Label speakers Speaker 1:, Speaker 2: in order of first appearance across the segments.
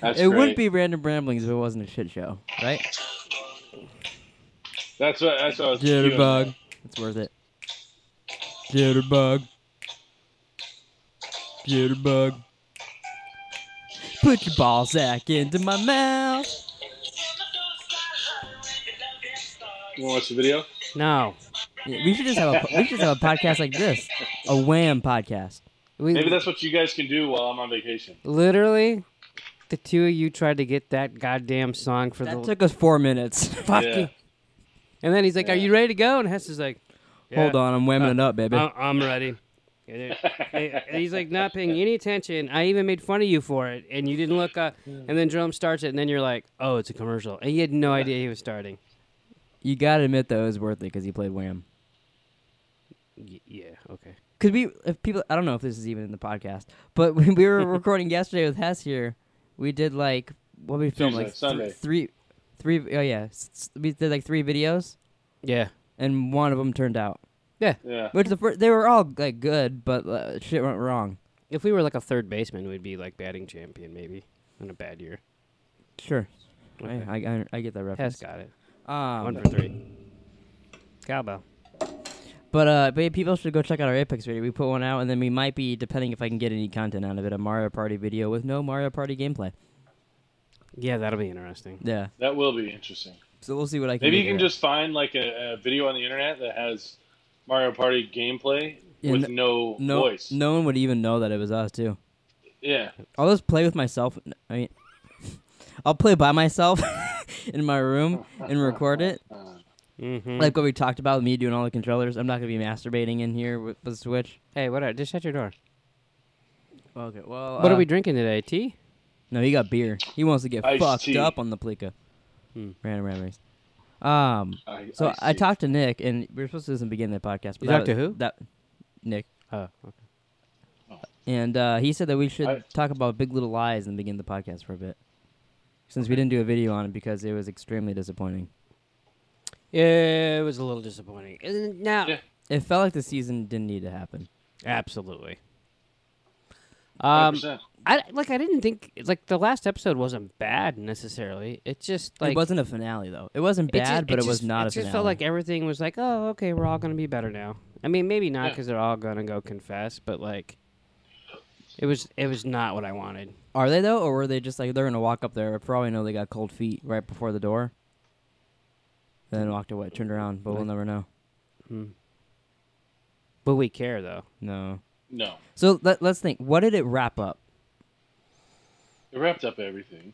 Speaker 1: That's
Speaker 2: it
Speaker 1: great.
Speaker 2: wouldn't be random ramblings if it wasn't a shit show, right?
Speaker 1: That's what. That's what I was. queuing
Speaker 2: Jitterbug. It's worth it. Jitterbug. Jitterbug. Put your ball sack into my mouth.
Speaker 1: up. You want to watch the video?
Speaker 3: No.
Speaker 2: Yeah, we should just have a we should just have a podcast like this, a wham podcast.
Speaker 3: We,
Speaker 2: Mm.
Speaker 1: Maybe that's what you guys can do while I'm on vacation.
Speaker 3: literally the two of you tried to get that goddamn song for
Speaker 2: That
Speaker 3: the
Speaker 2: took us four minutes.
Speaker 3: fucking.
Speaker 1: Yeah.
Speaker 3: And then he's like, "Are
Speaker 1: Yeah.
Speaker 3: you ready to go?" And Hess is like,
Speaker 2: Hold on, I'm
Speaker 1: Uh,
Speaker 2: whamming it up, baby.
Speaker 3: I- I'm ready." And and he's like not paying any attention. I even made fun of you for it, and you didn't look up. And then Jerome starts it, and then you're like, "Oh, it's a commercial," and you had no idea he was starting.
Speaker 2: you gotta admit though, it was worth it because he played wham.
Speaker 3: Y- yeah. Okay.
Speaker 2: Because we, if people, I don't know if this is even in the podcast, but when we were recording yesterday with Hess here, we did like what we filmed
Speaker 1: Tuesday,
Speaker 2: like
Speaker 1: Sunday.
Speaker 2: th- three, three, oh yeah, s- s- we did like three videos,
Speaker 3: Yeah.
Speaker 2: and one of them turned out.
Speaker 1: Yeah.
Speaker 2: Which the first, they were all like good, but uh, shit went wrong.
Speaker 3: If we were like a third baseman, we'd be like batting champion maybe in a bad year.
Speaker 2: Sure,
Speaker 3: Okay.
Speaker 2: I, I, I get that
Speaker 3: Hess
Speaker 2: reference.
Speaker 3: got it. One
Speaker 2: Um,
Speaker 3: for three. Cowbell.
Speaker 2: but uh, but yeah, people should go check out our Apex video. We put one out, and then we might be, depending if I can get any content out of it, a Mario Party video with no Mario Party gameplay.
Speaker 3: Yeah, that'll be interesting.
Speaker 2: Yeah,
Speaker 1: That will be interesting.
Speaker 2: so we'll see what I can.
Speaker 1: Maybe
Speaker 2: do
Speaker 1: you can
Speaker 2: there.
Speaker 1: just find like a, a video on the internet that has Mario Party gameplay
Speaker 2: Yeah,
Speaker 1: with no,
Speaker 2: no,
Speaker 1: voice.
Speaker 2: no one would even know that it was us too.
Speaker 1: Yeah.
Speaker 2: I'll just play with myself. I mean, I'll play by myself in my room and record it.
Speaker 3: Mm-hmm.
Speaker 2: Like what we talked about, me doing all the controllers. I'm not gonna be masturbating in here with the Switch.
Speaker 3: hey, what? Are, just shut your door.
Speaker 2: Okay. Well,
Speaker 3: What
Speaker 2: uh,
Speaker 3: are we drinking today? Tea?
Speaker 2: No, he got beer. He wants to get
Speaker 1: Iced
Speaker 2: fucked
Speaker 1: tea.
Speaker 2: up on the Plika.
Speaker 3: Hmm.
Speaker 2: Random memories. Um.
Speaker 1: I,
Speaker 2: So I,
Speaker 1: see.
Speaker 2: talked to Nick, and we are supposed to listen begin the podcast. But
Speaker 3: You
Speaker 2: that
Speaker 3: talked to
Speaker 2: was-
Speaker 3: who?
Speaker 2: That Nick.
Speaker 3: Oh, okay.
Speaker 2: And uh, he said that we should
Speaker 1: I-
Speaker 2: talk about Big Little Lies and begin the podcast for a bit, since we didn't do a video on it because it was extremely disappointing.
Speaker 3: Yeah, it was a little disappointing. Uh, Isn't it Now,
Speaker 1: Yeah.
Speaker 2: It felt like the season didn't need to happen.
Speaker 3: absolutely. Um,
Speaker 1: 100%.
Speaker 3: I like. I didn't think like the last episode wasn't bad necessarily. It just like
Speaker 2: it wasn't a finale though. It wasn't
Speaker 3: it just-
Speaker 2: bad, but it, was
Speaker 3: just-
Speaker 2: not a
Speaker 3: It
Speaker 2: finale.
Speaker 3: just felt like everything was like, oh, okay, we're all gonna be better now. I mean, maybe not
Speaker 1: Yeah.
Speaker 3: because they're all gonna go confess, but like, it was it was not what I wanted.
Speaker 2: Are they though, or were they just like they're gonna walk up there? For all we know, they got cold feet right before the door, and then walked away, turned around, but we'll
Speaker 3: Like-
Speaker 2: never know.
Speaker 3: But we care though.
Speaker 2: No.
Speaker 1: no.
Speaker 2: So let, let's think. What did it wrap up?
Speaker 1: It wrapped up everything.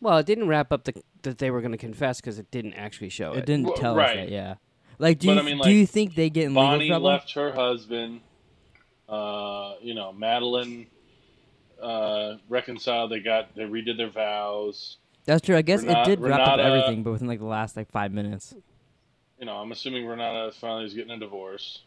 Speaker 3: Well, it didn't wrap up the that they were gonna confess because it didn't actually show it.
Speaker 2: It didn't
Speaker 1: Well,
Speaker 2: tell us
Speaker 1: right.
Speaker 2: that. Yeah. Like, do
Speaker 1: But
Speaker 2: you,
Speaker 1: I mean,
Speaker 2: do
Speaker 1: like,
Speaker 2: you think they get in legal
Speaker 1: Bonnie
Speaker 2: trouble?
Speaker 1: left her husband. Uh, you know, Madeline uh, reconciled. They got they redid their vows.
Speaker 2: That's true. I guess
Speaker 1: Renata-
Speaker 2: it did wrap up
Speaker 1: Renata-
Speaker 2: everything, but within like the last like five minutes.
Speaker 1: You know, I'm assuming Renata finally is getting a divorce.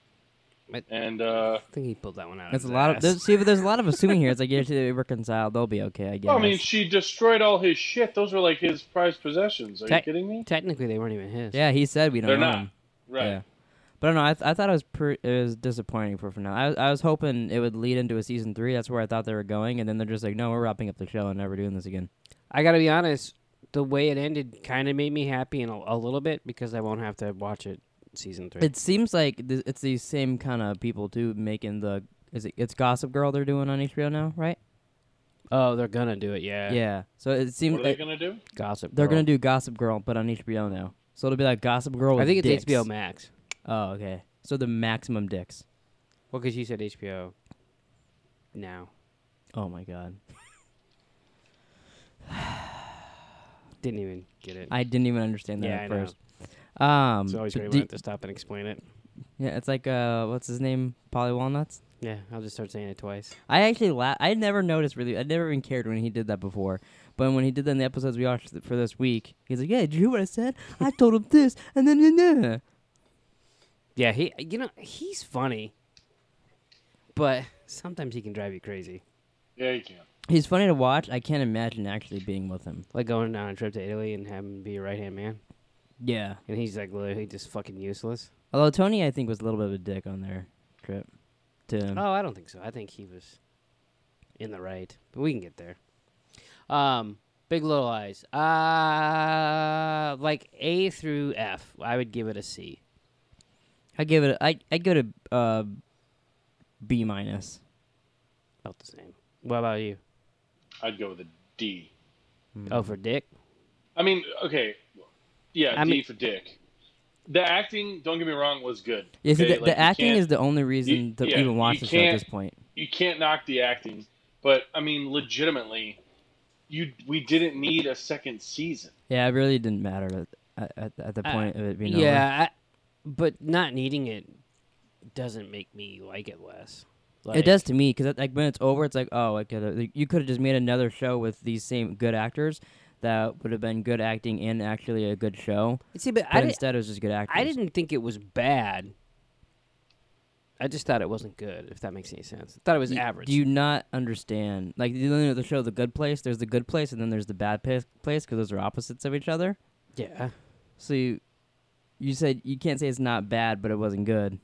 Speaker 3: I-
Speaker 1: And uh,
Speaker 3: I think he pulled that one out.
Speaker 2: That's a
Speaker 3: his
Speaker 2: lot of
Speaker 3: ass.
Speaker 2: there's, see, but there's a lot of assuming here. It's like guarantee they reconcile, they'll be okay. I guess.
Speaker 1: I mean, she destroyed all his shit. Those were like his prized possessions. Are you
Speaker 3: Tech-
Speaker 1: kidding me?
Speaker 3: Technically, they weren't even his.
Speaker 2: yeah, he said we don't.
Speaker 1: They're
Speaker 2: know
Speaker 1: not.
Speaker 2: him.
Speaker 1: Right.
Speaker 2: Yeah. But I don't know. I, th- I thought it was pre- it was disappointing for now. I was, I was hoping it would lead into a season three. That's where I thought they were going, and then they're just like, no, we're wrapping up the show and never doing this again.
Speaker 3: I gotta be honest. The way it ended kind of made me happy in a, a little bit because I won't have to watch it season three.
Speaker 2: It seems like th- it's these same kind of people too making the is it it's Gossip Girl they're doing on HBO now, right?
Speaker 3: oh, they're gonna do it. Yeah.
Speaker 2: Yeah. So it seems
Speaker 1: What are they
Speaker 2: it,
Speaker 1: gonna do?
Speaker 3: Gossip.
Speaker 2: they're
Speaker 3: Girl.
Speaker 2: gonna do Gossip Girl, but on HBO now. So it'll be like Gossip Girl.
Speaker 3: I
Speaker 2: with
Speaker 3: think
Speaker 2: dicks.
Speaker 3: it's HBO Max.
Speaker 2: Oh, okay. So the maximum dicks.
Speaker 3: Well, because you said HBO. Now
Speaker 2: Oh my god.
Speaker 3: didn't even get it.
Speaker 2: I didn't even understand that
Speaker 3: Yeah,
Speaker 2: at
Speaker 3: I know.
Speaker 2: first. Um
Speaker 3: it's always
Speaker 2: but
Speaker 3: great
Speaker 2: do-
Speaker 3: when I have to stop and explain it.
Speaker 2: Yeah, it's like uh what's his name? Polly Walnuts.
Speaker 3: Yeah, I'll just start saying it twice.
Speaker 2: I actually la- I never noticed really. I never even cared when he did that before. But when he did that in the episodes we watched for this week, he's like, "Yeah, did you hear what I said? I told him this, and then and then."
Speaker 3: Yeah, he. You know, he's funny, but sometimes he can drive you crazy.
Speaker 1: Yeah, you can.
Speaker 2: He's funny to watch. I can't imagine actually being with him.
Speaker 3: Like going on a trip to Italy and having to be your right hand man,
Speaker 2: Yeah.
Speaker 3: and he's like literally just fucking useless.
Speaker 2: Although Tony, I think, was a little bit of a dick on their trip. To
Speaker 1: Uh,
Speaker 3: Oh, I don't think so. I think he was in the right, but we can get there. Um, Big Little Eyes. Uh, like A through F. I would give it a C.
Speaker 2: I give it. A, I I go to uh, B minus.
Speaker 3: About the same. What about you?
Speaker 1: I'd go with a D.
Speaker 2: Mm-hmm.
Speaker 3: Oh, for Dick.
Speaker 1: I mean, okay, yeah,
Speaker 3: I
Speaker 1: D
Speaker 3: mean-
Speaker 1: for Dick. The acting, don't get me wrong, was good.
Speaker 2: Yeah, see,
Speaker 1: okay?
Speaker 2: the,
Speaker 1: Like,
Speaker 2: the
Speaker 1: you
Speaker 2: acting
Speaker 1: can't-
Speaker 2: is the only reason to
Speaker 1: yeah,
Speaker 2: even watch
Speaker 1: you
Speaker 2: the show at
Speaker 1: can't-
Speaker 2: this point.
Speaker 1: you can't knock the acting, but I mean, legitimately, you we didn't need a second season.
Speaker 2: Yeah, it really didn't matter at, at, at the
Speaker 1: Uh,
Speaker 3: I-
Speaker 2: point of it being over.
Speaker 3: yeah, I, but not needing it doesn't make me like it less. Like,
Speaker 2: it does to me because like when it's over, it's like oh, I could have you could have just made another show with these same good actors that would have been good acting and actually a good show.
Speaker 3: See, but,
Speaker 2: But
Speaker 3: I, did,
Speaker 2: instead, it was just good actors.
Speaker 3: I didn't think it was bad. I just thought it wasn't good. If that makes any sense, I thought it was
Speaker 2: Y-
Speaker 3: average.
Speaker 2: Do you not understand? Like you know the show, The Good Place. There's the good place, and then there's the bad pa- place because those are opposites of each other.
Speaker 3: yeah.
Speaker 2: So you, you said you can't say it's not bad, but it wasn't good.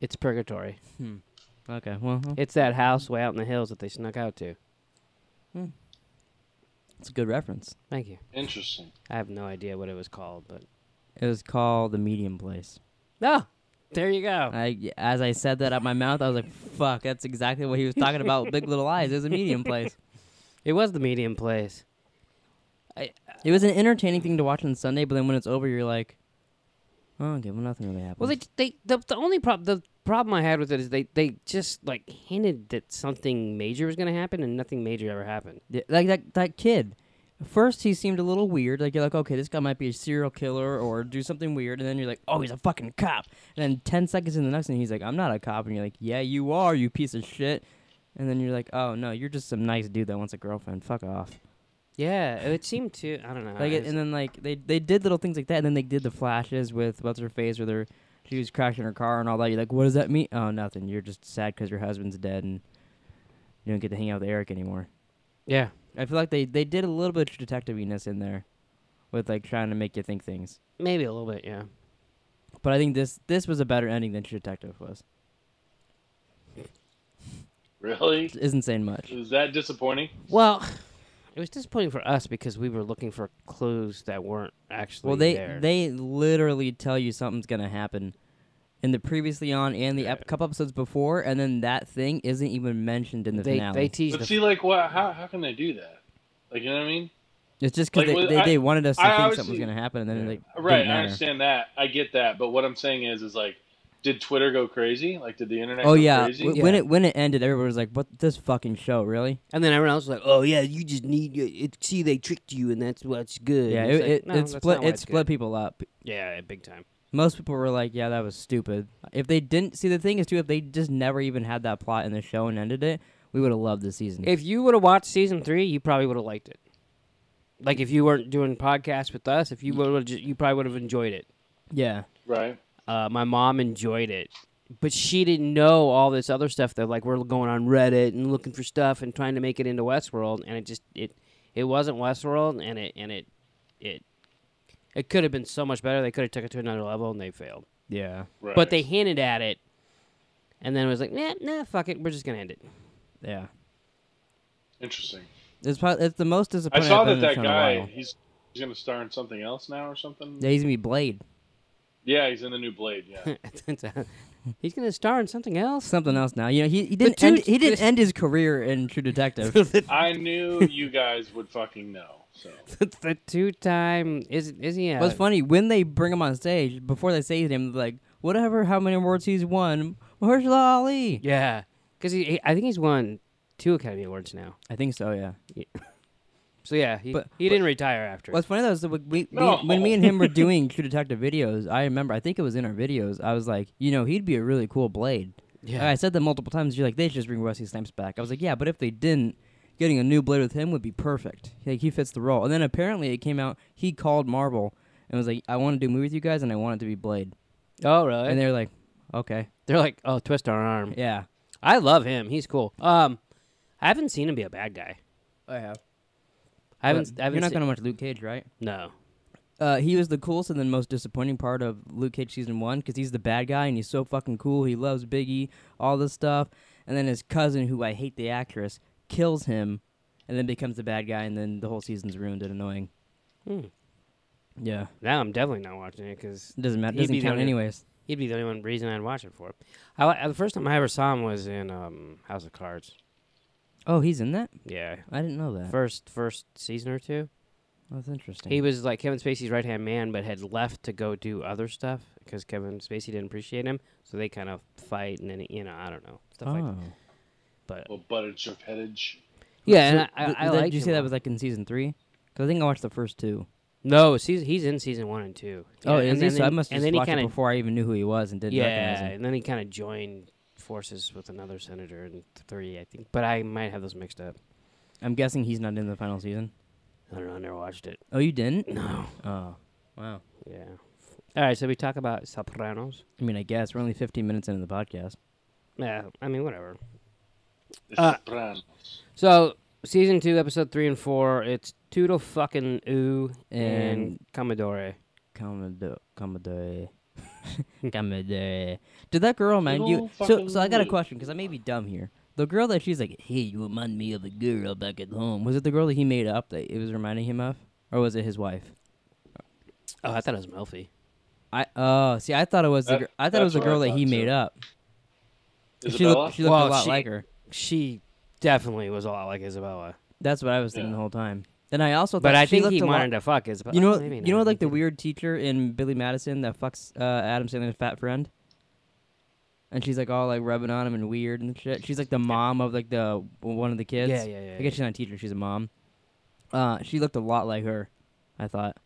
Speaker 3: It's purgatory.
Speaker 2: Okay, well
Speaker 3: It's that house way out in the hills that they snuck out to.
Speaker 2: it's a good reference.
Speaker 3: Thank you.
Speaker 1: Interesting.
Speaker 3: I have no idea what it was called, but
Speaker 2: It was called The Medium Place.
Speaker 3: no. There you go.
Speaker 2: I, as I said that out my mouth, I was like, "Fuck, that's exactly what he was talking about." with Big Little Eyes. It was a medium place.
Speaker 3: It was the medium place.
Speaker 2: It was an entertaining thing to watch on Sunday, but then when it's over, you're like, "Oh, okay, well, nothing really happened."
Speaker 3: Well, they they the, the only problem the problem I had with it is they they just like hinted that something major was going to happen and nothing major ever happened.
Speaker 2: Yeah, like that that kid. First, he seemed a little weird. Like you're like, okay, this guy might be a serial killer or do something weird, and then you're like, oh, he's a fucking cop. And then ten seconds in the next, and he's like, I'm not a cop, and you're like, yeah, you are, you piece of shit. And then you're like, oh no, you're just some nice dude that wants a girlfriend. Fuck off.
Speaker 3: Yeah, it seemed to I don't know.
Speaker 2: Like,
Speaker 3: I
Speaker 2: it,
Speaker 3: just-
Speaker 2: and then like they they did little things like that, and then they did the flashes with what's her face, where they're she was crashing her car and all that. You're like, what does that mean? Oh, nothing. You're just sad because your husband's dead, and you don't get to hang out with Eric anymore.
Speaker 3: yeah,
Speaker 2: I feel like they, they did a little bit of detectiviness in there with like trying to make you think things.
Speaker 3: maybe a little bit. Yeah.
Speaker 2: But I think this this was a better ending than True Detective was.
Speaker 1: Really?
Speaker 2: Isn't saying much.
Speaker 1: Is that disappointing?
Speaker 3: Well, it was disappointing for us because we were looking for clues that weren't actually
Speaker 2: Well, they
Speaker 3: there.
Speaker 2: they literally tell you something's gonna happen in the previously on and the ep-
Speaker 3: Right.
Speaker 2: couple episodes before, and then that thing isn't even mentioned in the
Speaker 3: they,
Speaker 2: finale.
Speaker 3: they teased
Speaker 1: But
Speaker 3: the
Speaker 1: see, like, what? How how can they do that? Like, you know what I mean?
Speaker 2: it's just because
Speaker 1: like,
Speaker 2: they,
Speaker 1: with-
Speaker 2: they,
Speaker 1: I-
Speaker 2: they wanted us to
Speaker 1: I
Speaker 2: think something was
Speaker 1: obviously-
Speaker 2: gonna happen, and then
Speaker 3: Yeah.
Speaker 2: like
Speaker 1: Right.
Speaker 2: didn't
Speaker 1: I
Speaker 2: matter.
Speaker 1: understand that. I get that. But what I'm saying is, is like, did Twitter go crazy? Like, did the internet?
Speaker 2: Oh
Speaker 1: go
Speaker 2: yeah.
Speaker 1: Crazy?
Speaker 2: W- when
Speaker 3: Yeah.
Speaker 2: it when it ended, everybody was like, "What this fucking show, really?"
Speaker 3: And then everyone else was like, "Oh yeah, you just need it. See, they tricked you, and that's what's good."
Speaker 2: Yeah,
Speaker 3: And it's
Speaker 2: it,
Speaker 3: like,
Speaker 2: it,
Speaker 3: "No,
Speaker 2: it
Speaker 3: that's
Speaker 2: split
Speaker 3: not why
Speaker 2: it
Speaker 3: it's
Speaker 2: split
Speaker 3: good."
Speaker 2: people up.
Speaker 3: Yeah, big time.
Speaker 2: Most people were like, "Yeah, that was stupid." If they didn't see the thing is too, if they just never even had that plot in the show and ended it, we would have loved the season.
Speaker 3: If you would have watched season three, you probably would have liked it. Like if you weren't doing podcasts with us, if you would have, you probably would have enjoyed it.
Speaker 2: yeah,
Speaker 1: Right.
Speaker 3: Uh, my mom enjoyed it, but she didn't know all this other stuff that like we're going on Reddit and looking for stuff and trying to make it into Westworld, and it just it it wasn't Westworld, and it and it it it could have been so much better. They could have took it to another level, and they failed.
Speaker 2: yeah,
Speaker 1: Right.
Speaker 3: But they hinted at it, and then it was like, nah, nah, fuck it, we're just gonna end it.
Speaker 2: yeah.
Speaker 1: Interesting.
Speaker 2: It's probably, it's the most
Speaker 1: I
Speaker 2: disappointing.
Speaker 1: saw
Speaker 2: I've
Speaker 1: that
Speaker 2: been
Speaker 1: that
Speaker 2: in the show in a
Speaker 1: guy.
Speaker 2: while.
Speaker 1: He's he's gonna star in something else now or something.
Speaker 2: Yeah, he's gonna be Blade.
Speaker 1: Yeah, he's in the new Blade. Yeah.
Speaker 3: He's gonna star in something else.
Speaker 2: Something else now. You know, he, he didn't
Speaker 3: two-
Speaker 2: end, he didn't end his career in True Detective.
Speaker 1: I knew you guys would fucking know. So
Speaker 3: the two time is is he? A,
Speaker 2: What's funny when they bring him on stage before they say his name, they're like whatever, how many awards he's won, Mahershala Ali.
Speaker 3: Yeah, because he, he- I think he's won two Academy Awards now.
Speaker 2: I think so. Yeah.
Speaker 3: So yeah, he,
Speaker 2: But-
Speaker 3: he
Speaker 2: but-
Speaker 3: didn't retire after.
Speaker 2: What's funny though is that we, we,
Speaker 1: No.
Speaker 2: we- when me and him were doing True Detective videos, I remember I think it was in our videos. I was like, you know, he'd be a really cool Blade.
Speaker 3: Yeah.
Speaker 2: And I said that multiple times. You're like, they should just bring Wesley Snipes back. I was like, yeah, but if they didn't, getting a new Blade with him would be perfect. Like he fits the role. And then apparently it came out he called Marvel and was like, I want to do a movie with you guys, and I want it to be Blade.
Speaker 3: oh really?
Speaker 2: And
Speaker 3: they're,
Speaker 2: they're like, okay,
Speaker 3: like, oh, twist our arm.
Speaker 2: yeah,
Speaker 3: I love him. He's cool. Um, I haven't seen him be a bad guy.
Speaker 2: I have.
Speaker 3: I haven't. I haven't
Speaker 2: You're not
Speaker 3: se-
Speaker 2: gonna watch Luke Cage, right?
Speaker 3: No.
Speaker 2: Uh, he was the coolest and then most disappointing part of Luke Cage season one because he's the bad guy and he's so fucking cool. He loves Biggie, all this stuff, and then his cousin, who I hate the actress, kills him, and then becomes the bad guy, and then the whole season's ruined and annoying.
Speaker 3: Hmm.
Speaker 2: Yeah,
Speaker 3: Now I'm definitely not watching it because
Speaker 2: it doesn't matter.
Speaker 3: He'd be
Speaker 2: Doesn't
Speaker 3: the
Speaker 2: count
Speaker 3: only-
Speaker 2: anyways.
Speaker 3: he'd be the only one reason I'd watch it for. I, li- the first time I ever saw him was in um, House of Cards.
Speaker 2: Oh, he's in that.
Speaker 3: Yeah,
Speaker 2: I didn't know that.
Speaker 3: first first season or two.
Speaker 2: That's interesting.
Speaker 3: He was like Kevin Spacey's right hand man, but had left to go do other stuff because Kevin Spacey didn't appreciate him. So they kind of fight, and then you know I don't know stuff
Speaker 2: oh.
Speaker 3: like that. But
Speaker 1: Well, butter chip headage.
Speaker 3: yeah, and
Speaker 2: So
Speaker 3: I,
Speaker 2: th-
Speaker 3: I, I
Speaker 2: that-
Speaker 3: liked
Speaker 2: Did you
Speaker 3: him
Speaker 2: say
Speaker 3: a
Speaker 2: that
Speaker 3: lot.
Speaker 2: was like in season three? Because I think I watched the first two.
Speaker 3: no season. He's in season one and two.
Speaker 2: oh,
Speaker 3: Yeah,
Speaker 2: is
Speaker 3: and
Speaker 2: he?
Speaker 3: then-
Speaker 2: So I must have
Speaker 3: and
Speaker 2: just
Speaker 3: then he
Speaker 2: watched
Speaker 3: kind
Speaker 2: it
Speaker 3: of
Speaker 2: before I even knew who he was and didn't recognize
Speaker 3: yeah,
Speaker 2: him.
Speaker 3: and then he kind of joined forces with another senator in three, I think. But I might have those mixed up.
Speaker 2: I'm guessing he's not in the final season.
Speaker 3: I don't know. I never watched it.
Speaker 2: Oh, you didn't?
Speaker 3: No.
Speaker 2: Oh, wow.
Speaker 3: Yeah. All right. So we talk about Sopranos.
Speaker 2: I mean, I guess we're only 15 minutes into the podcast.
Speaker 3: Yeah. I mean, whatever.
Speaker 1: The
Speaker 3: Uh,
Speaker 1: Sopranos.
Speaker 3: So season two, episode three and four. It's Toodle fucking ooh and,
Speaker 2: And-
Speaker 3: Commodore.
Speaker 2: Commodore, Commodore, Commodore. Did that girl, man? You.
Speaker 1: Little
Speaker 2: So,
Speaker 1: fucking
Speaker 2: so I got a
Speaker 1: lady.
Speaker 2: question because I may be dumb here. The girl that she's like, "Hey, you remind me of a girl back at home." Was it the girl that he made up that it was reminding him of, or was it his wife?
Speaker 3: Oh, I thought it was Melfi.
Speaker 2: I oh, see, I thought it was the
Speaker 1: That-
Speaker 2: gr- I thought it was the
Speaker 1: that's what I
Speaker 2: girl that he
Speaker 1: thought,
Speaker 2: made
Speaker 1: too.
Speaker 2: up. She
Speaker 1: Isabella.
Speaker 2: looked, she looked
Speaker 3: Well,
Speaker 2: a lot
Speaker 3: she-
Speaker 2: like her.
Speaker 3: She definitely was a lot like Isabella,
Speaker 2: That's what I was thinking
Speaker 1: Yeah.
Speaker 2: the whole time. Then I also thought
Speaker 3: but I
Speaker 2: she
Speaker 3: think
Speaker 2: looked
Speaker 3: he
Speaker 2: a lot-
Speaker 3: wanted to fuck Isabella.
Speaker 2: You know,
Speaker 3: Oh, maybe
Speaker 2: you know,
Speaker 3: not.
Speaker 2: like the
Speaker 3: He didn't.
Speaker 2: weird teacher in Billy Madison that fucks uh, Adam Sandler's fat friend, and she's like all like rubbing on him and weird and shit. She's like the mom of like the one of the kids.
Speaker 3: Yeah, yeah, yeah.
Speaker 2: I guess she's not a teacher; she's a mom. Uh, she looked a lot like her. I thought,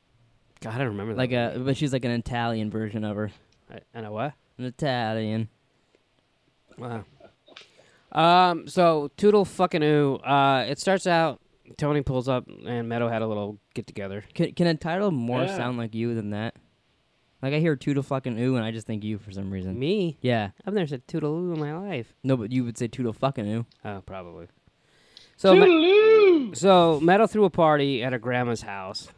Speaker 3: God, I don't remember that.
Speaker 2: like uh, a,
Speaker 3: movie.
Speaker 2: but she's like an Italian version of her.
Speaker 3: I- and a what?
Speaker 2: An Italian.
Speaker 3: Wow. Um. So Toodle fucking ooh. Uh. It starts out. Tony pulls up, and Meadow had a little get together.
Speaker 2: Can can a title more
Speaker 1: Yeah.
Speaker 2: sound like you than that? Like I hear "toodle fucking ooh" and I just think you for some reason.
Speaker 3: Me?
Speaker 2: Yeah,
Speaker 3: I've never said Toodle ooh in my life.
Speaker 2: no, but you would say "toodle fucking ooh."
Speaker 3: Oh, probably. So, Me-
Speaker 1: Toodaloo!
Speaker 3: so Meadow threw a party at her grandma's house,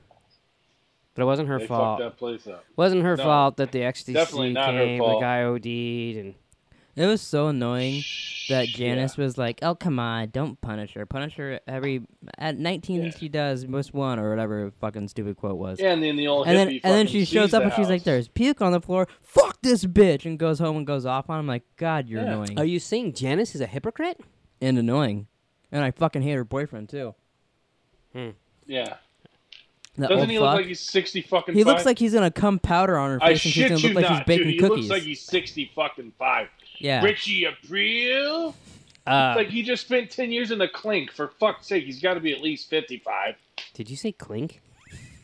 Speaker 3: but it wasn't her
Speaker 1: They fucked
Speaker 3: fault.
Speaker 1: that place up.
Speaker 3: Wasn't her
Speaker 1: No.
Speaker 3: fault that the XTC
Speaker 1: Definitely not her
Speaker 3: came. The
Speaker 1: fault.
Speaker 3: guy OD'd, and
Speaker 2: It was so annoying. that
Speaker 1: Yeah.
Speaker 2: Janice was like, "Oh come on, don't punish her. Punish her every at 19
Speaker 1: Yeah.
Speaker 2: she does most one or whatever fucking stupid quote was."
Speaker 1: Yeah, and then the old
Speaker 2: And then
Speaker 1: hippie
Speaker 2: and then
Speaker 1: fucking
Speaker 2: she shows
Speaker 1: sees
Speaker 2: up
Speaker 1: the
Speaker 2: and she's like,
Speaker 1: house.
Speaker 2: "There's puke on the floor. Fuck this bitch!" And goes home and goes off on him like, "God, you're
Speaker 1: Yeah.
Speaker 2: annoying
Speaker 3: are you saying Janice is a hypocrite?
Speaker 2: and annoying," and I fucking hate her boyfriend too.
Speaker 1: Yeah.
Speaker 2: That
Speaker 1: Doesn't
Speaker 2: old
Speaker 1: he
Speaker 2: fuck.
Speaker 1: look like he's sixty fucking?
Speaker 2: he looks
Speaker 1: five?
Speaker 2: like he's gonna come powder on her face
Speaker 1: I
Speaker 2: and she's
Speaker 1: shit
Speaker 2: gonna
Speaker 1: you
Speaker 2: look like
Speaker 1: not,
Speaker 2: he's baking
Speaker 1: dude. He
Speaker 2: cookies.
Speaker 1: looks like he's sixty fucking five.
Speaker 2: yeah,
Speaker 1: Richie April.
Speaker 3: Uh,
Speaker 1: like he just spent ten years in the clink. For fuck's sake, he's got to be at least fifty-five.
Speaker 3: did you say clink?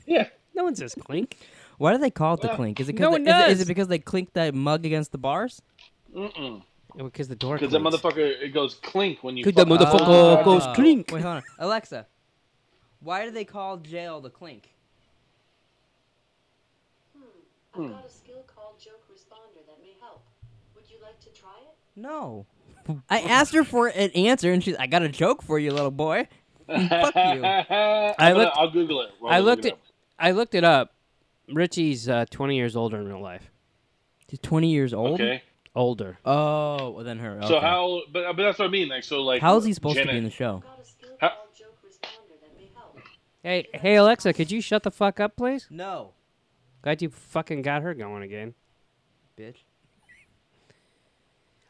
Speaker 1: Yeah.
Speaker 3: No one says clink.
Speaker 2: why do they call it the
Speaker 1: Well,
Speaker 2: clink? Is it 'cause
Speaker 3: no
Speaker 2: they-
Speaker 3: one
Speaker 2: is it- is
Speaker 3: does.
Speaker 2: it because they clink that mug against the bars?
Speaker 1: Mm-mm.
Speaker 3: Because the door.
Speaker 1: Because that
Speaker 3: clinks.
Speaker 1: motherfucker it goes clink when you.
Speaker 3: Could that
Speaker 1: fuck-
Speaker 3: motherfucker
Speaker 1: Ah.
Speaker 3: uh, goes clink.
Speaker 2: Wait, hold on. Alexa, why do they call jail the clink?
Speaker 1: Hmm.
Speaker 4: I've got a skill called Joke Responder that may help. Would you like to try it?
Speaker 2: No. I asked her for an answer, and she's, I got a joke for you, little boy. Fuck you.
Speaker 1: I
Speaker 3: looked-
Speaker 1: I'll Google it. Well,
Speaker 3: I
Speaker 1: I'll
Speaker 3: looked
Speaker 1: look
Speaker 3: it. I looked it up. Richie's uh, 20 years older in real life.
Speaker 2: She's 20 years
Speaker 1: up.
Speaker 2: old?
Speaker 1: Okay.
Speaker 3: Older.
Speaker 2: Oh, well, then her.
Speaker 1: So
Speaker 2: okay.
Speaker 1: how? But, but that's what I mean. Like so, like
Speaker 2: How is he supposed to be in the
Speaker 1: Janet-
Speaker 2: show?
Speaker 4: I've got a skill
Speaker 1: Huh?
Speaker 4: called Joke Responder that may help.
Speaker 3: Hey, hey Alexa, could you shut the fuck up, please?
Speaker 2: No.
Speaker 3: Glad you fucking got her going again.
Speaker 2: Bitch.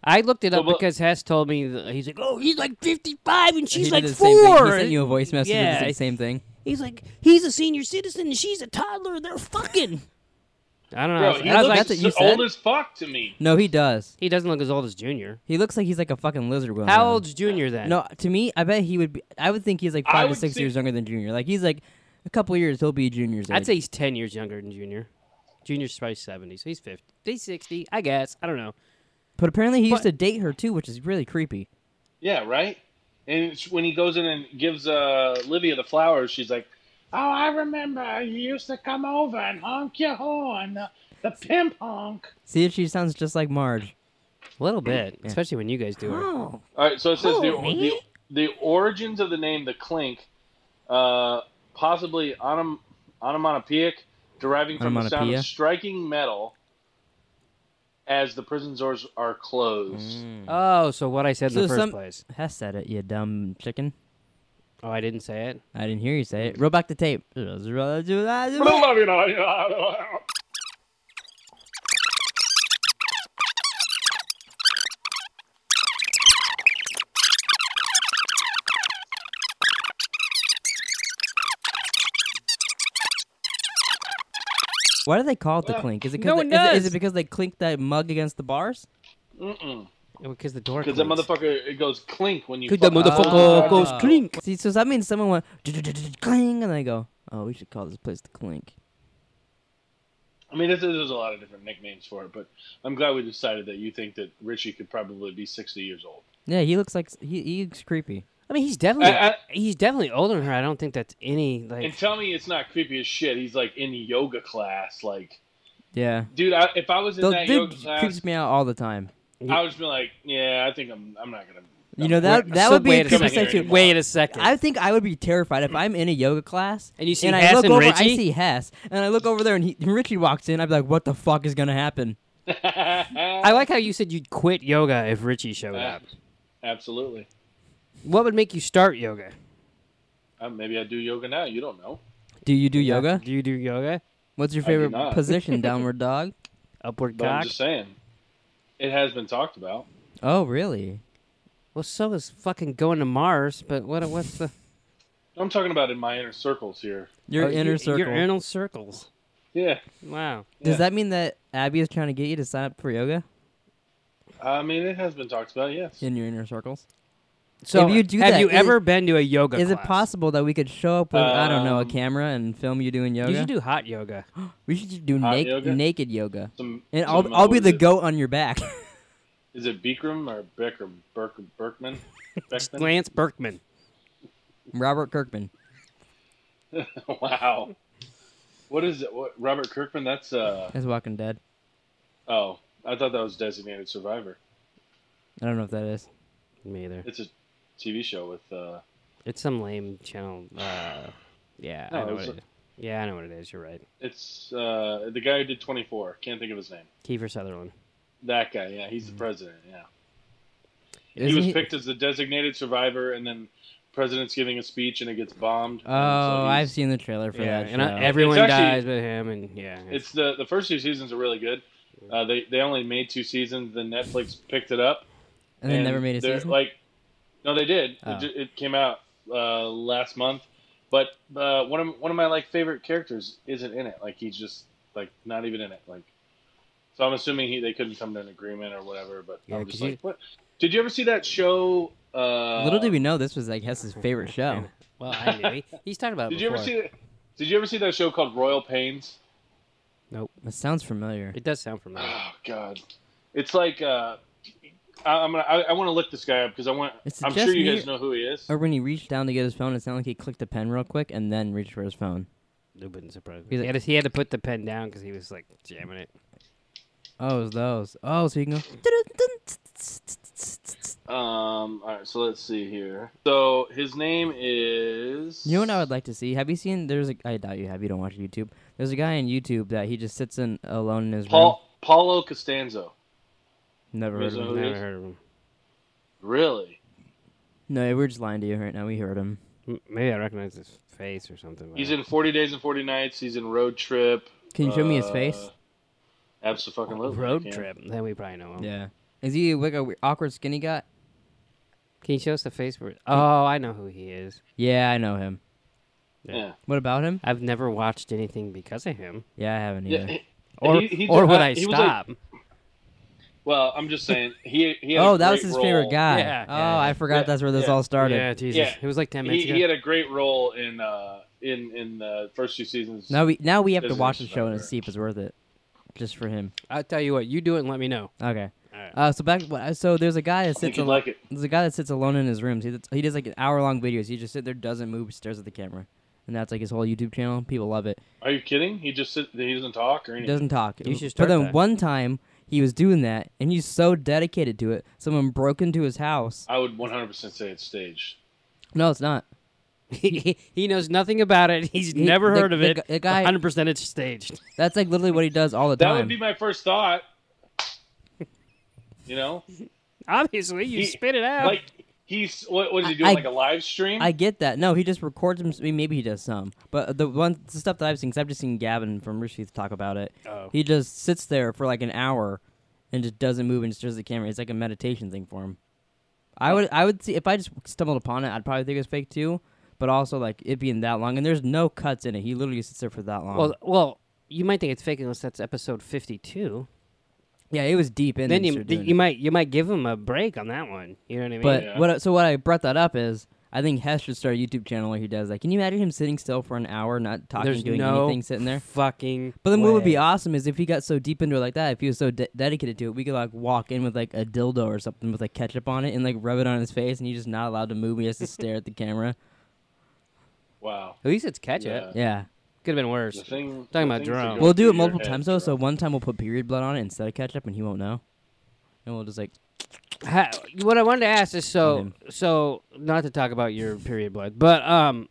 Speaker 3: I looked it
Speaker 1: So,
Speaker 3: up
Speaker 1: but-
Speaker 3: because Hess told me that he's like, oh, he's like 55 and she's
Speaker 2: he
Speaker 3: like
Speaker 2: did the same thing.
Speaker 3: four.
Speaker 2: He sent you a voice message
Speaker 3: Yeah,
Speaker 2: that did
Speaker 3: I-
Speaker 2: the same thing.
Speaker 3: He's like, he's a senior citizen and she's a toddler. They're fucking. I don't know.
Speaker 1: Bro,
Speaker 3: I was-
Speaker 1: he
Speaker 3: I was
Speaker 1: looks
Speaker 3: like,
Speaker 2: that's what you
Speaker 1: so
Speaker 2: said?
Speaker 1: old as fuck to me.
Speaker 2: No, he does.
Speaker 3: he doesn't look as old as Junior.
Speaker 2: He looks like he's like a fucking lizard. going
Speaker 3: How
Speaker 2: around.
Speaker 3: old's Junior then?
Speaker 2: Uh, No, to me, I bet he would be. I would think he's like
Speaker 1: I
Speaker 2: five to
Speaker 1: would
Speaker 2: six
Speaker 1: think-
Speaker 2: years younger than Junior. Like, he's like a couple years, he'll be Junior's age.
Speaker 3: I'd say he's 10 years younger than Junior. Junior's probably 70, so he's 50. He's 60, I guess. I don't know.
Speaker 2: But apparently he used
Speaker 3: But-
Speaker 2: to date her too, which is really creepy.
Speaker 1: Yeah, right. And it's when he goes in and gives uh, Livia the flowers, she's like, "Oh, I remember you used to come over and honk your horn, the, the pimp honk."
Speaker 2: See, she sounds just like Marge.
Speaker 3: A little bit, especially when you guys do it.
Speaker 1: All right, so it says the,
Speaker 2: Oh,
Speaker 1: the
Speaker 2: me?
Speaker 1: the origins of the name the clink, uh, possibly onom- onomatopoeic, deriving from the sound
Speaker 2: Onomatopoeia?
Speaker 1: of striking metal as the prison doors are closed.
Speaker 2: Mm.
Speaker 3: Oh, so what I said in
Speaker 2: So
Speaker 3: the first
Speaker 2: some-
Speaker 3: place.
Speaker 2: Hess said it, you dumb chicken.
Speaker 3: Oh, I didn't say it.
Speaker 2: I didn't hear you say it. Roll back the tape. Why do they call it the clink? Is it, 'cause
Speaker 3: No
Speaker 2: they- is
Speaker 3: one
Speaker 2: it- is
Speaker 3: does.
Speaker 2: it because they clinked that mug against the bars?
Speaker 1: Mm-mm.
Speaker 3: Because the door.
Speaker 1: Because that
Speaker 3: clings.
Speaker 1: motherfucker, it goes clink when you.
Speaker 3: Could the
Speaker 1: fuck up.
Speaker 3: motherfucker goes
Speaker 2: Oh.
Speaker 3: clink.
Speaker 2: See, so that means someone went clink, and they go, "Oh, we should call this place the clink."
Speaker 1: I mean, there's, there's a lot of different nicknames for it, but I'm glad we decided that you think that Richie could probably be 60 years old.
Speaker 2: Yeah, he looks like he, he looks creepy.
Speaker 3: I mean, he's definitely
Speaker 1: I- I-
Speaker 3: he's definitely older than her. I don't think that's any
Speaker 1: And
Speaker 3: like.
Speaker 1: tell me it's not creepy as shit. He's like in yoga class, like,
Speaker 2: Yeah,
Speaker 1: dude. I, if I was in
Speaker 2: the
Speaker 1: that
Speaker 2: dude
Speaker 1: yoga
Speaker 3: uh,
Speaker 1: class,
Speaker 2: creeps me out all the time.
Speaker 1: I would just be like, yeah, I think I'm. I'm not gonna.
Speaker 2: You know that
Speaker 3: Oh, Wait-
Speaker 2: that
Speaker 3: so
Speaker 2: would be
Speaker 3: wait a
Speaker 2: creepy
Speaker 1: second.
Speaker 2: section.
Speaker 1: Wait
Speaker 3: Wait a second.
Speaker 2: I think I would be terrified if I'm in a yoga class
Speaker 3: And you see
Speaker 2: I
Speaker 3: Hess
Speaker 2: look
Speaker 3: and
Speaker 2: over, I
Speaker 3: Richie?
Speaker 2: see Hess, and I look over there, and he, Richie walks in. I'd be like, "What the fuck is gonna happen?"
Speaker 3: I like how you said you'd quit yoga if Richie
Speaker 1: Uh,
Speaker 3: showed up.
Speaker 1: Absolutely.
Speaker 3: What would make you start yoga?
Speaker 1: Uh, maybe I do yoga now. You don't know.
Speaker 2: Do you do yoga?
Speaker 3: Do you do yoga?
Speaker 2: What's your
Speaker 1: I do
Speaker 2: favorite
Speaker 1: not.
Speaker 2: position? Downward dog.
Speaker 3: Upward
Speaker 1: But I'm
Speaker 3: cock.
Speaker 1: just saying, it has been talked about.
Speaker 2: Oh, really?
Speaker 3: Well, so is fucking going to Mars. But what? What's the
Speaker 1: I'm talking about in my inner circles here.
Speaker 2: Your
Speaker 3: Oh,
Speaker 2: inner circle.
Speaker 3: Your inner circles.
Speaker 1: Yeah,
Speaker 3: Wow.
Speaker 2: Does
Speaker 1: yeah.
Speaker 2: that mean that Abby is trying to get you to sign up for yoga
Speaker 1: I mean, it has been talked about. Yes.
Speaker 2: in your inner circles?
Speaker 3: So
Speaker 2: If you do
Speaker 3: have
Speaker 2: that,
Speaker 3: you
Speaker 2: is-
Speaker 3: ever been to a yoga?
Speaker 2: Is it
Speaker 3: class?
Speaker 2: possible that we could show up with I don't know a
Speaker 1: Um,
Speaker 2: camera and film you doing yoga?
Speaker 3: You should do hot yoga.
Speaker 2: we should just do
Speaker 1: Hot
Speaker 2: naked
Speaker 1: yoga?
Speaker 2: naked yoga,
Speaker 1: Some,
Speaker 2: and I'll
Speaker 1: some, uh,
Speaker 2: I'll
Speaker 1: what
Speaker 2: be
Speaker 1: is
Speaker 2: the
Speaker 1: it?
Speaker 2: goat on your back.
Speaker 1: Is it Beakram or Becker Berk, Berkman? Beckman?
Speaker 3: Lance Berkman.
Speaker 2: Robert Kirkman.
Speaker 1: wow. What is it? What, Robert Kirkman? That's uh
Speaker 2: That's Walking Dead.
Speaker 1: oh, I thought that was Designated Survivor.
Speaker 2: I don't know if that is.
Speaker 3: Me either.
Speaker 1: It's a TV show with uh
Speaker 3: It's some lame channel. Uh, yeah,
Speaker 1: No,
Speaker 3: I know
Speaker 1: it
Speaker 3: what
Speaker 1: was
Speaker 3: it is. Yeah, I know what it is. You're right.
Speaker 1: it's uh the guy who did 24. Can't think of his name.
Speaker 3: Kiefer Sutherland.
Speaker 1: That guy. Yeah, he's the president. Yeah. he
Speaker 2: Mm-hmm. Isn't
Speaker 1: was
Speaker 2: he-
Speaker 1: picked as the designated survivor and then president's giving a speech and it gets bombed.
Speaker 2: Oh, I've seen the trailer for
Speaker 3: yeah,
Speaker 2: that.
Speaker 3: and uh,
Speaker 2: show.
Speaker 3: everyone
Speaker 1: It's actually-
Speaker 3: dies but him, and yeah, it's,
Speaker 1: It's the the first two seasons are really good. Uh, they they only made two seasons. Then Netflix picked it up.
Speaker 2: And they never made a
Speaker 1: they're,
Speaker 2: season.
Speaker 1: Like, no, they did.
Speaker 2: Oh.
Speaker 1: It, ju- it came out uh, last month, but uh, one of one of my like favorite characters isn't in it. Like he's just like not even in it. Like, so I'm assuming he they couldn't come to an agreement or whatever. But
Speaker 3: Yeah,
Speaker 1: I'm just
Speaker 3: 'cause you-
Speaker 1: like, what? Did you ever see that show? Uh,
Speaker 2: Little did we know this was like Hess's favorite show.
Speaker 3: well, I knew he, he's talking about. It
Speaker 1: Did you ever
Speaker 3: before.
Speaker 1: see? that- Did you ever see that show called Royal Pains?
Speaker 2: It sounds familiar.
Speaker 3: It does sound familiar.
Speaker 1: Oh God, it's like uh, I, I'm gonna I, I want to look this guy up because I want.
Speaker 2: It
Speaker 1: I'm
Speaker 2: suggests
Speaker 1: sure you
Speaker 2: me-
Speaker 1: guys know who he is.
Speaker 2: Or when he reached down to get his phone, it sounded like he clicked the pen real quick and then reached for his phone.
Speaker 3: It wouldn't surprise me.
Speaker 2: He's
Speaker 3: He
Speaker 2: like-
Speaker 3: had, to, he had to put the pen down because he was like jamming it.
Speaker 2: Oh, it was those. Oh, so you can go.
Speaker 1: Um. All right. So let's see here. So his name is.
Speaker 2: You know what I would like to see? Have you seen? There's a. I doubt you have. You don't watch YouTube. There's a guy on YouTube that he just sits in alone in his
Speaker 1: Paul Paulo Costanzo.
Speaker 2: room. Never heard of
Speaker 1: Rizzo.
Speaker 2: him.
Speaker 1: Who
Speaker 3: Never
Speaker 1: is?
Speaker 3: heard of him.
Speaker 1: Really?
Speaker 2: No, we're just lying to you right now. We heard him.
Speaker 3: M- Maybe I recognize his face or something. but
Speaker 1: He's
Speaker 3: I-
Speaker 1: in Forty Days and Forty Nights. He's in Road Trip. Uh,
Speaker 2: Can you show me his face?
Speaker 1: Absolutely.
Speaker 3: road trip. Then we probably know him.
Speaker 2: Yeah. Is he like a weird- awkward skinny guy?
Speaker 3: Can you show us the face? Where, oh, I know who he is.
Speaker 2: Yeah, I know him.
Speaker 1: Yeah.
Speaker 2: What about him?
Speaker 3: I've never watched anything because of him.
Speaker 2: Yeah, I haven't
Speaker 1: Yeah.
Speaker 2: either.
Speaker 1: he-
Speaker 3: Or,
Speaker 1: he- he-
Speaker 3: or would
Speaker 1: uh,
Speaker 3: I
Speaker 1: he was like-
Speaker 3: stop?
Speaker 1: well, I'm just saying. He. he had a
Speaker 2: oh, that was
Speaker 1: great
Speaker 2: his
Speaker 1: role.
Speaker 2: favorite guy.
Speaker 3: Yeah,
Speaker 2: oh,
Speaker 3: yeah.
Speaker 2: I forgot
Speaker 1: Yeah,
Speaker 2: that's where this
Speaker 1: yeah,
Speaker 2: all started.
Speaker 3: yeah, Jesus.
Speaker 1: Yeah.
Speaker 3: It was like 10 minutes
Speaker 1: He,
Speaker 3: ago.
Speaker 1: he had a great role in uh in in the first two seasons.
Speaker 2: Now we now we have to
Speaker 1: Business
Speaker 2: watch the show and
Speaker 1: developer.
Speaker 2: see if it's worth it, just for him.
Speaker 3: I'll tell you what, you do it and let me know.
Speaker 2: Okay.
Speaker 3: Alright.
Speaker 2: Uh, so back so there's a guy that
Speaker 1: I think
Speaker 2: sits
Speaker 1: you'd
Speaker 2: al-
Speaker 1: like it.
Speaker 2: there's a guy that sits alone in his room. He he does like an hour long videos. He just sit there, doesn't move, stares at the camera, and that's like his whole YouTube channel. People love it.
Speaker 1: Are you kidding? He just sit, he doesn't talk or
Speaker 2: He
Speaker 1: anything.
Speaker 2: doesn't talk.
Speaker 3: You should
Speaker 2: but
Speaker 3: start
Speaker 2: then
Speaker 3: that.
Speaker 2: one time he was doing that, and he's so dedicated to it. Someone broke into his house.
Speaker 1: I would 100% say it's staged.
Speaker 2: No, it's not.
Speaker 3: he he knows nothing about it. He's
Speaker 2: He-
Speaker 3: never
Speaker 2: the-
Speaker 3: heard of
Speaker 2: the
Speaker 3: it.
Speaker 2: gu- the guy-
Speaker 3: 100% it's staged.
Speaker 2: That's like literally what he does all the
Speaker 1: That
Speaker 2: time.
Speaker 1: would be my first thought. You know,
Speaker 3: Obviously, you
Speaker 1: He-
Speaker 3: spit it out.
Speaker 1: like He's what, what is he
Speaker 2: I-
Speaker 1: doing?
Speaker 2: I-
Speaker 1: like a live stream?
Speaker 2: I get that. No, he just records him. I mean, maybe he does some, but the one the stuff that I've seen, i I've just seen Gavin from Rooster Teeth talk about it.
Speaker 1: Oh.
Speaker 2: He just sits there for like an hour, and just doesn't move and stares at the camera. It's like a meditation thing for him. I would, I would see if I just stumbled upon it, I'd probably think it was fake too. But also, like it being that long, and there's no cuts in it. He literally sits there for that long.
Speaker 3: Well, well, you might think it's fake unless that's episode fifty-two.
Speaker 2: yeah, it was deep in.
Speaker 3: then
Speaker 2: they
Speaker 3: you
Speaker 2: started doing
Speaker 3: you
Speaker 2: it.
Speaker 3: might you might give him a break on that one. You know what I mean?
Speaker 2: But
Speaker 1: Yeah.
Speaker 2: what? So what I brought that up is, I think Hess should start a YouTube channel where he does that. Can you imagine him sitting still for an hour, not talking,
Speaker 3: there's
Speaker 2: doing
Speaker 3: no
Speaker 2: anything, sitting there?
Speaker 3: fucking.
Speaker 2: But then what would be
Speaker 3: way.
Speaker 2: awesome is if he got so deep into it like that, if he was so de- dedicated to it, we could like walk in with like a dildo or something with like ketchup on it and like rub it on his face, and he's just not allowed to move. He has to stare at the camera.
Speaker 1: wow.
Speaker 3: At least it's ketchup.
Speaker 1: Yeah.
Speaker 2: Yeah,
Speaker 3: Could have been worse.
Speaker 1: The thing,
Speaker 3: Talking
Speaker 1: the
Speaker 3: about
Speaker 1: things that
Speaker 3: drones.
Speaker 1: go
Speaker 2: we'll
Speaker 1: through
Speaker 2: do
Speaker 1: your
Speaker 2: it multiple
Speaker 1: head,
Speaker 2: times though. So
Speaker 1: Jerome.
Speaker 2: one time we'll put period blood on it instead of ketchup, and he won't know. And we'll just like
Speaker 3: Ha- what I wanted to ask is so so not to talk about your period blood, but um,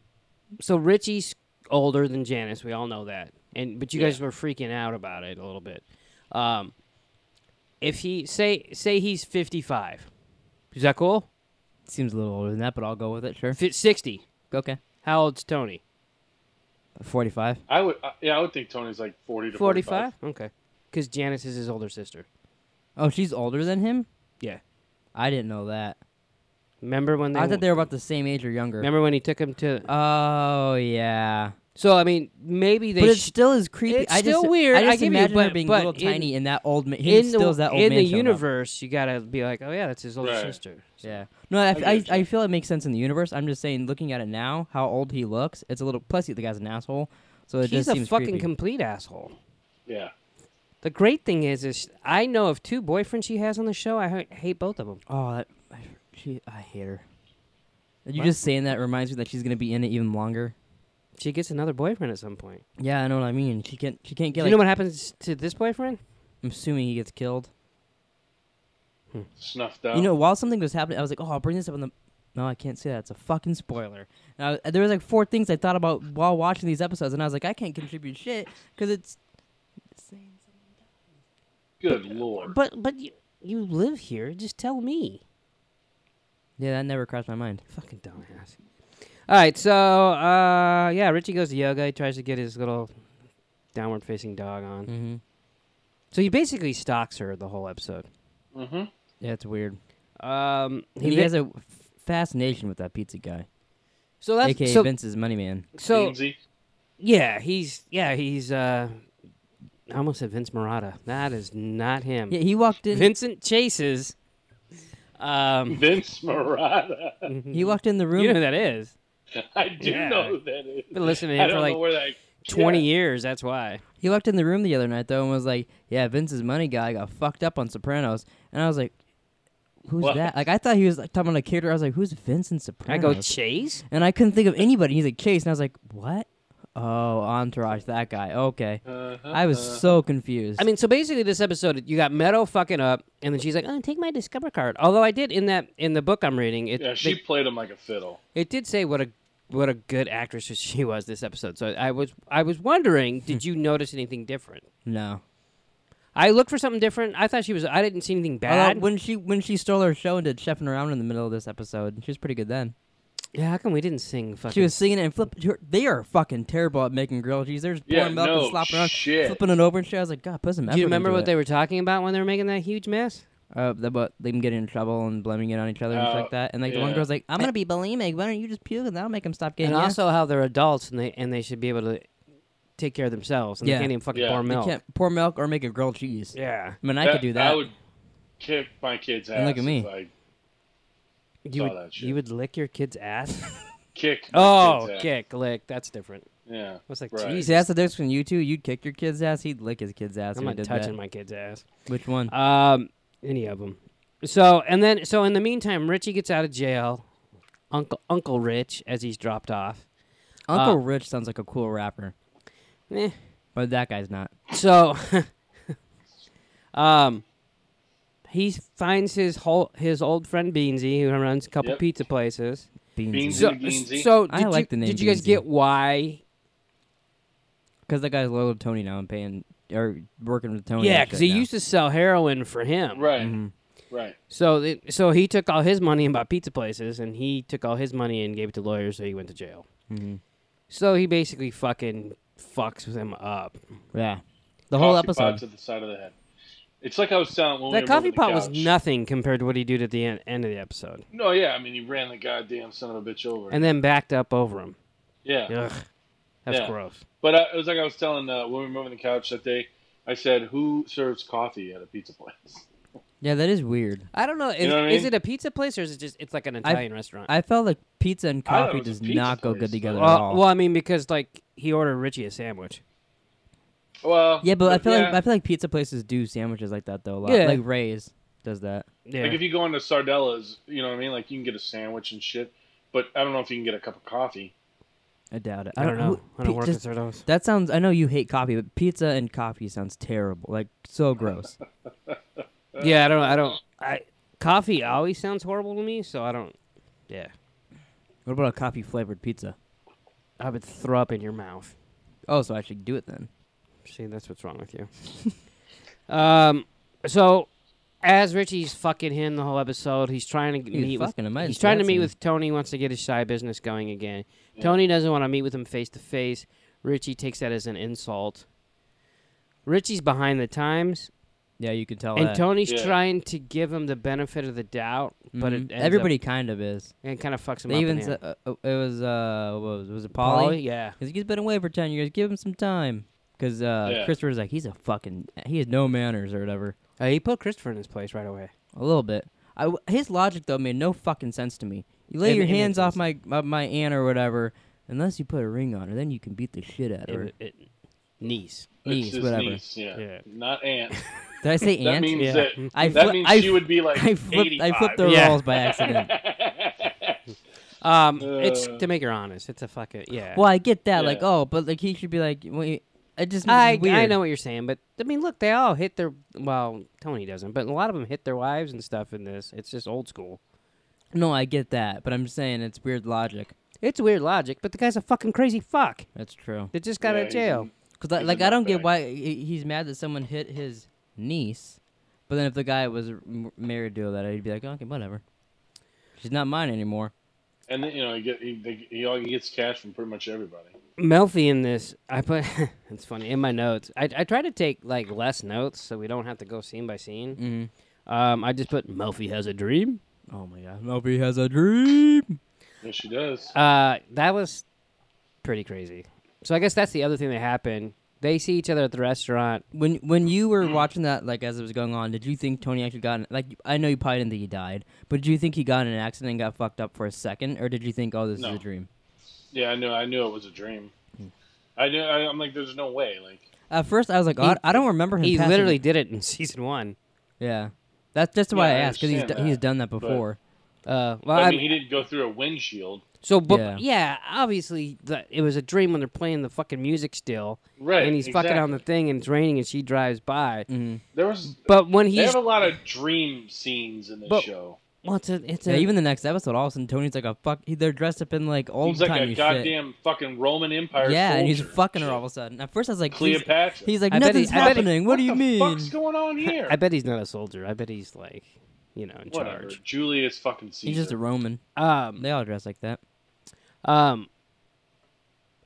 Speaker 3: so Richie's older than Janice. We all know that, and but you guys were freaking out about it a little bit. Um, if he say say he's fifty five, is that cool?
Speaker 2: seems a little older than that, but I'll go with it. Sure.
Speaker 3: Fi Sixty.
Speaker 2: Okay.
Speaker 3: How old's Tony?
Speaker 2: Forty-five.
Speaker 1: I would, uh, yeah, I would think Tony's like forty to
Speaker 3: Forty
Speaker 1: forty-five.
Speaker 3: five. Okay, because Janice is his older sister.
Speaker 2: Oh, she's older than him.
Speaker 3: Yeah.
Speaker 2: I didn't know that.
Speaker 3: Remember when they?
Speaker 2: I thought they were about the same age or younger.
Speaker 3: Remember when he took him to?
Speaker 2: Oh yeah.
Speaker 3: so I mean, maybe they.
Speaker 2: but it
Speaker 3: sh-
Speaker 2: still is creepy.
Speaker 3: It's
Speaker 2: I just,
Speaker 3: still weird,
Speaker 2: I
Speaker 3: I
Speaker 2: just
Speaker 3: give you,
Speaker 2: imagine her
Speaker 3: but-
Speaker 2: being
Speaker 3: but
Speaker 2: little
Speaker 3: in-
Speaker 2: tiny in that old man. He
Speaker 3: in
Speaker 2: still
Speaker 3: the
Speaker 2: is that old
Speaker 3: in
Speaker 2: man
Speaker 3: the
Speaker 2: showing up.
Speaker 3: universe, you gotta be like, oh yeah, that's his older
Speaker 1: Right.
Speaker 3: sister. So-
Speaker 2: Yeah. No, I, I,
Speaker 1: get
Speaker 2: I
Speaker 1: you.
Speaker 2: feel it makes sense in the universe. I'm just saying, looking at it now, how old he looks, it's a little. Plus, he- the guy's an asshole. So it
Speaker 3: he's
Speaker 2: just
Speaker 3: a
Speaker 2: seems
Speaker 3: fucking
Speaker 2: creepy.
Speaker 3: complete asshole.
Speaker 1: Yeah,
Speaker 3: The great thing is, is I know of two boyfriends she has on the show. I ha- hate both of them.
Speaker 2: oh, that, I, she, I hate her. You just saying that reminds me that she's gonna be in it even longer.
Speaker 3: She gets another boyfriend at some point.
Speaker 2: Yeah, I know what I mean. She can't. She can't get.
Speaker 3: Do
Speaker 2: Like,
Speaker 3: you know what happens to this boyfriend?
Speaker 2: I'm assuming he gets killed.
Speaker 1: snuffed out.
Speaker 2: You know, while something was happening, I was like, "Oh, I'll bring this up on the." No, I can't say that. It's a fucking spoiler. Now uh, there was like four things I thought about while watching these episodes, and I was like, I can't contribute shit because it's.
Speaker 1: good lord.
Speaker 3: But but you you live here. Just tell me.
Speaker 2: Yeah, that never crossed my mind.
Speaker 3: Fucking dumbass. All right, so uh, yeah, Richie goes to yoga. He tries to get his little downward facing dog on.
Speaker 2: Mm-hmm.
Speaker 3: So he basically stalks her the whole episode.
Speaker 1: hmm
Speaker 2: Yeah, it's weird.
Speaker 3: Um,
Speaker 2: He,
Speaker 3: ve-
Speaker 2: has a f- fascination with that pizza guy,
Speaker 3: so that's
Speaker 2: aka
Speaker 3: so,
Speaker 2: Vince's money man.
Speaker 3: so
Speaker 1: Beamsy.
Speaker 3: Yeah, he's yeah, he's uh I almost said Vince Murata. That is not him.
Speaker 2: Yeah, he walked in.
Speaker 3: Vincent chases. Um
Speaker 1: Vince Murata.
Speaker 2: He walked in the room.
Speaker 3: you know who that is.
Speaker 1: I do
Speaker 3: Yeah.
Speaker 1: know who that is.
Speaker 3: Been listening to
Speaker 1: I
Speaker 3: him for
Speaker 1: don't know
Speaker 3: like
Speaker 1: where that.
Speaker 3: twenty years, that's why.
Speaker 2: He walked in the room the other night though and was like, "Yeah, Vince's money guy got fucked up on Sopranos," and I was like. Who's
Speaker 1: What?
Speaker 2: that? Like I thought he was like talking about a character. I was like, "Who's Vince in
Speaker 3: I
Speaker 2: Sopranos?"
Speaker 3: go chase?
Speaker 2: And I couldn't think of anybody. He's like Chase, and I was like, "What? Oh, Entourage, that guy. Okay."
Speaker 1: Uh-huh.
Speaker 2: I was so confused.
Speaker 3: I mean, so basically this episode you got Meadow fucking up and then she's like, Oh, take my Discover card. Although I did in that in the book I'm reading, it
Speaker 1: Yeah, she
Speaker 3: they-
Speaker 1: played him like a fiddle.
Speaker 3: it did say what a what a good actress she was this episode. So I was I was
Speaker 1: Hmm.
Speaker 3: wondering, did you notice anything different?
Speaker 2: no.
Speaker 3: I looked for something different. I thought she was. I didn't see anything
Speaker 2: Although,
Speaker 3: bad.
Speaker 2: when she when she stole her show and did chefing around in the middle of this episode, she was pretty good then.
Speaker 3: yeah, how come we didn't sing? Fucking
Speaker 2: She was singing it and flipping. her- They are fucking terrible at making grilled cheese. They're just pouring
Speaker 1: Yeah,
Speaker 2: milk
Speaker 1: no
Speaker 2: and slopping around,
Speaker 1: shit.
Speaker 2: flipping it over and shit. I was like, God, put some.
Speaker 3: Do you remember what they were talking about when they were making that huge mess?
Speaker 2: Uh, the- about them getting in trouble and blaming it on each other and shit
Speaker 1: Oh,
Speaker 2: like that. And like the one
Speaker 1: yeah.
Speaker 2: girl's like, "I'm gonna be bulimic. Why don't you just puke and that'll make him stop getting."
Speaker 3: and
Speaker 2: ya."
Speaker 3: also how they're adults and they and they should be able to take care of themselves and
Speaker 2: Yeah.
Speaker 3: they can't even fucking
Speaker 1: Yeah.
Speaker 3: pour
Speaker 1: They
Speaker 2: you
Speaker 3: milk.
Speaker 2: can't pour milk or make a grilled cheese.
Speaker 3: Yeah,
Speaker 2: I mean, I could do that.
Speaker 1: I would kick my kid's ass.
Speaker 2: And look at me.
Speaker 1: if I
Speaker 3: you
Speaker 1: Saw
Speaker 3: would
Speaker 1: that shit.
Speaker 3: you would lick your kid's ass.
Speaker 1: kick. my
Speaker 3: oh,
Speaker 1: kid's ass.
Speaker 3: kick lick. That's different. I
Speaker 1: Yeah.
Speaker 3: was like,
Speaker 1: Right.
Speaker 2: See,
Speaker 3: Jesus,
Speaker 2: that's the difference between you two. You'd kick your kid's ass. He'd lick his kid's ass. if
Speaker 3: I'm
Speaker 2: he
Speaker 3: not
Speaker 2: did
Speaker 3: touching
Speaker 2: That.
Speaker 3: my kid's ass.
Speaker 2: Which one?
Speaker 3: Um, any of them. So and then so in the meantime, Richie gets out of jail. Uncle Uncle Rich, as he's dropped off. uh,
Speaker 2: Uncle Rich sounds like a cool rapper,
Speaker 3: Eh,
Speaker 2: but that guy's not.
Speaker 3: So, um, he finds his whole his old friend Beansy, who runs a couple
Speaker 1: Yep.
Speaker 3: pizza places.
Speaker 1: Beans.
Speaker 2: Beans.
Speaker 3: So,
Speaker 1: Beansy.
Speaker 3: so did
Speaker 2: I like
Speaker 3: you,
Speaker 2: the name
Speaker 3: Did you guys
Speaker 2: Beansy.
Speaker 3: get why?
Speaker 2: Because that guy's loyal to Tony now and paying or working with Tony.
Speaker 3: Yeah,
Speaker 2: and
Speaker 3: because
Speaker 2: shit
Speaker 3: he
Speaker 2: now.
Speaker 3: used to sell heroin for him.
Speaker 1: Right.
Speaker 2: Mm-hmm.
Speaker 1: Right.
Speaker 3: So th- so he took all his money and bought pizza places, and he took all his money and gave it to lawyers, so he went to jail.
Speaker 2: Mhm.
Speaker 3: So he basically fucking fucks with him up.
Speaker 2: Yeah. The whole
Speaker 1: Coffee pot
Speaker 2: episode.
Speaker 1: to the side of the head. It's like I was telling when we
Speaker 3: that
Speaker 1: were
Speaker 3: coffee
Speaker 1: moving the
Speaker 3: pot was
Speaker 1: couch.
Speaker 3: nothing compared to what he did at the end, end of the episode,
Speaker 1: No, yeah, I mean he ran the goddamn son of a bitch over.
Speaker 3: and then backed up over him.
Speaker 1: yeah.
Speaker 3: Ugh, that's
Speaker 1: Yeah.
Speaker 3: gross.
Speaker 1: But I, it was like I was telling uh, when we were moving the couch that day. I said, "Who serves coffee at a pizza place?"
Speaker 2: Yeah, that is weird.
Speaker 3: I don't know. Is,
Speaker 1: know what I
Speaker 3: is
Speaker 1: mean?
Speaker 3: it a pizza place or is it just it's like an Italian restaurant?
Speaker 2: I felt like pizza and
Speaker 1: I thought it
Speaker 2: coffee
Speaker 1: was a
Speaker 2: does
Speaker 1: pizza
Speaker 2: not go
Speaker 1: place.
Speaker 2: good together at
Speaker 3: well,
Speaker 2: all.
Speaker 3: well, I mean because like he ordered Richie a sandwich.
Speaker 1: Well,
Speaker 2: yeah, but I feel
Speaker 1: yeah,
Speaker 2: like I feel like pizza places do sandwiches like that though. A lot.
Speaker 3: Yeah.
Speaker 2: Like Ray's does that.
Speaker 3: Yeah.
Speaker 1: like if you go into Sardella's, you know what I mean. Like you can get a sandwich and shit, but I don't know if you can get a cup of coffee.
Speaker 2: I doubt it.
Speaker 3: I don't know.
Speaker 2: who-
Speaker 3: I don't
Speaker 2: pi-
Speaker 3: work
Speaker 2: just-
Speaker 3: at Sardos.
Speaker 2: That sounds. I know you hate coffee, but pizza and coffee sounds terrible. Like so gross.
Speaker 1: Uh,
Speaker 3: Yeah, I don't. I don't. I coffee always sounds horrible to me, so I don't. Yeah,
Speaker 2: what about a coffee flavored pizza?
Speaker 3: I would throw up in your mouth.
Speaker 2: Oh, so I should do it then.
Speaker 3: See, that's what's wrong with you. um, so as Richie's fucking him the whole episode, he's trying to
Speaker 2: He's
Speaker 3: meet with.
Speaker 2: fucking amazing.
Speaker 3: He's trying to
Speaker 2: That's
Speaker 3: meet
Speaker 2: him.
Speaker 3: with Tony. he Wants to get his side business going again.
Speaker 1: Yeah.
Speaker 3: Tony doesn't want to meet with him face to face. Richie takes that as an insult. Richie's behind the times,
Speaker 2: Oh, Yeah, you can tell.
Speaker 3: and
Speaker 2: that.
Speaker 3: Tony's
Speaker 1: Yeah.
Speaker 3: trying to give him the benefit of the doubt, but
Speaker 2: Mhm.
Speaker 3: it ends
Speaker 2: everybody kind of is.
Speaker 3: up, it kind of fucks him
Speaker 2: They
Speaker 3: up.
Speaker 2: even
Speaker 3: in the
Speaker 2: said,
Speaker 3: end.
Speaker 2: uh, uh, it was uh what was, was it Polly?
Speaker 3: yeah.
Speaker 2: Cause he's been away for ten years. Give him some time. Cause uh,
Speaker 1: Yeah.
Speaker 2: Christopher's like he's a fucking he has no manners or whatever.
Speaker 3: Uh, he put Christopher in his place right away.
Speaker 2: A little bit. I w his logic though made no fucking sense to me. You lay
Speaker 3: It-
Speaker 2: your
Speaker 3: it made
Speaker 2: hands off my, my my aunt or whatever, unless you put a ring on her, then you can beat the shit out of her.
Speaker 3: It, it, niece.
Speaker 1: it's
Speaker 2: Niece,
Speaker 1: his
Speaker 2: whatever.
Speaker 1: niece, yeah.
Speaker 3: Yeah.
Speaker 1: not aunt.
Speaker 2: Did I say
Speaker 1: That
Speaker 2: aunt?
Speaker 1: means
Speaker 3: Yeah.
Speaker 1: that
Speaker 2: I
Speaker 1: that
Speaker 2: fli-
Speaker 1: means
Speaker 2: I
Speaker 1: she
Speaker 2: f-
Speaker 1: would be like
Speaker 2: I flipped, I
Speaker 1: 85.
Speaker 2: flipped the
Speaker 3: Yeah.
Speaker 2: rolls by accident.
Speaker 3: Um, it's
Speaker 1: Uh.
Speaker 3: to make her honest. It's a fucking yeah.
Speaker 2: well, I get that, like
Speaker 1: Yeah.
Speaker 2: oh, but like he should be like, well, you- it just
Speaker 3: I
Speaker 2: it's weird.
Speaker 3: I know what you're saying, but I mean, look, they all hit their well, Tony doesn't, but a lot of them hit their wives and stuff in this. It's just old school.
Speaker 2: No, I get that, but I'm just saying it's weird logic.
Speaker 3: It's weird logic, but the guy's a fucking crazy fuck
Speaker 2: That's true.
Speaker 3: that just got
Speaker 1: Yeah,
Speaker 3: out of
Speaker 1: he's
Speaker 3: jail.
Speaker 1: in-
Speaker 2: Cause like,
Speaker 1: He's a
Speaker 2: like I don't get
Speaker 1: nutbag.
Speaker 2: why he- he's mad that someone hit his niece, but then if the guy was m- married to that, he'd be like, okay, whatever. She's not mine anymore.
Speaker 1: And then, you know, he get he, they, he all he gets cash from pretty much everybody.
Speaker 3: Melfi in this, I put. it's funny in my notes. I I try to take like less notes so we don't have to go scene by scene.
Speaker 2: Mm-hmm.
Speaker 3: Um, I just put Melfi has a dream.
Speaker 2: Oh my God, Melby has a dream.
Speaker 1: Yes, she does.
Speaker 3: Uh, that was pretty crazy. So I guess that's the other thing that happened. They see each other at the restaurant.
Speaker 2: When when you were
Speaker 1: Mm.
Speaker 2: watching that, like as it was going on, did you think Tony actually got in, like I know you probably didn't think he died, but did you think he got in an accident and got fucked up for a second, or did you think, oh, this
Speaker 1: No.
Speaker 2: is a dream?
Speaker 1: Yeah, I knew. I knew it was a dream. I knew. I, I'm like, there's no way. Like,
Speaker 2: At first, I was like, oh,
Speaker 3: He-
Speaker 2: I- I don't remember him.
Speaker 3: He
Speaker 2: passing-
Speaker 3: literally did it in season one.
Speaker 2: yeah. That's just why
Speaker 1: Yeah,
Speaker 2: I
Speaker 1: I
Speaker 2: asked because he's
Speaker 1: understand
Speaker 2: d- he's
Speaker 1: that,
Speaker 2: done that before.
Speaker 3: Uh, well,
Speaker 1: I
Speaker 3: I
Speaker 1: mean, he didn't go through a windshield.
Speaker 3: so but
Speaker 2: Yeah.
Speaker 3: yeah, obviously the, it was a dream when they're playing the fucking music still,
Speaker 1: Right.
Speaker 3: and he's fucking on the thing and it's raining and she drives by.
Speaker 2: Mm-hmm.
Speaker 1: There was.
Speaker 3: But when he's
Speaker 1: they have a lot of dream scenes in this
Speaker 3: But-
Speaker 1: show.
Speaker 3: well, it's a, it's
Speaker 2: Yeah,
Speaker 3: a,
Speaker 2: even the next episode, all of a sudden Tony's like a fuck. he- They're dressed up in like old
Speaker 1: He's like
Speaker 2: timey
Speaker 1: a
Speaker 2: shit.
Speaker 1: goddamn fucking Roman Empire.
Speaker 2: Yeah, and he's
Speaker 1: soldier.
Speaker 2: fucking her
Speaker 1: Shit.
Speaker 2: all of a sudden. At first, I was like, he's,
Speaker 1: Cleopatra.
Speaker 2: he's like
Speaker 3: I bet he-
Speaker 2: nothing's
Speaker 3: I bet he-
Speaker 2: happening. What, do you
Speaker 1: the
Speaker 2: mean?
Speaker 1: Fuck's going on here?
Speaker 3: I bet he's not a soldier. I bet he's like you know in
Speaker 1: Whatever.
Speaker 3: charge.
Speaker 1: Julius fucking Caesar.
Speaker 2: He's just a Roman.
Speaker 3: Um,
Speaker 2: They all dress like that.
Speaker 3: um,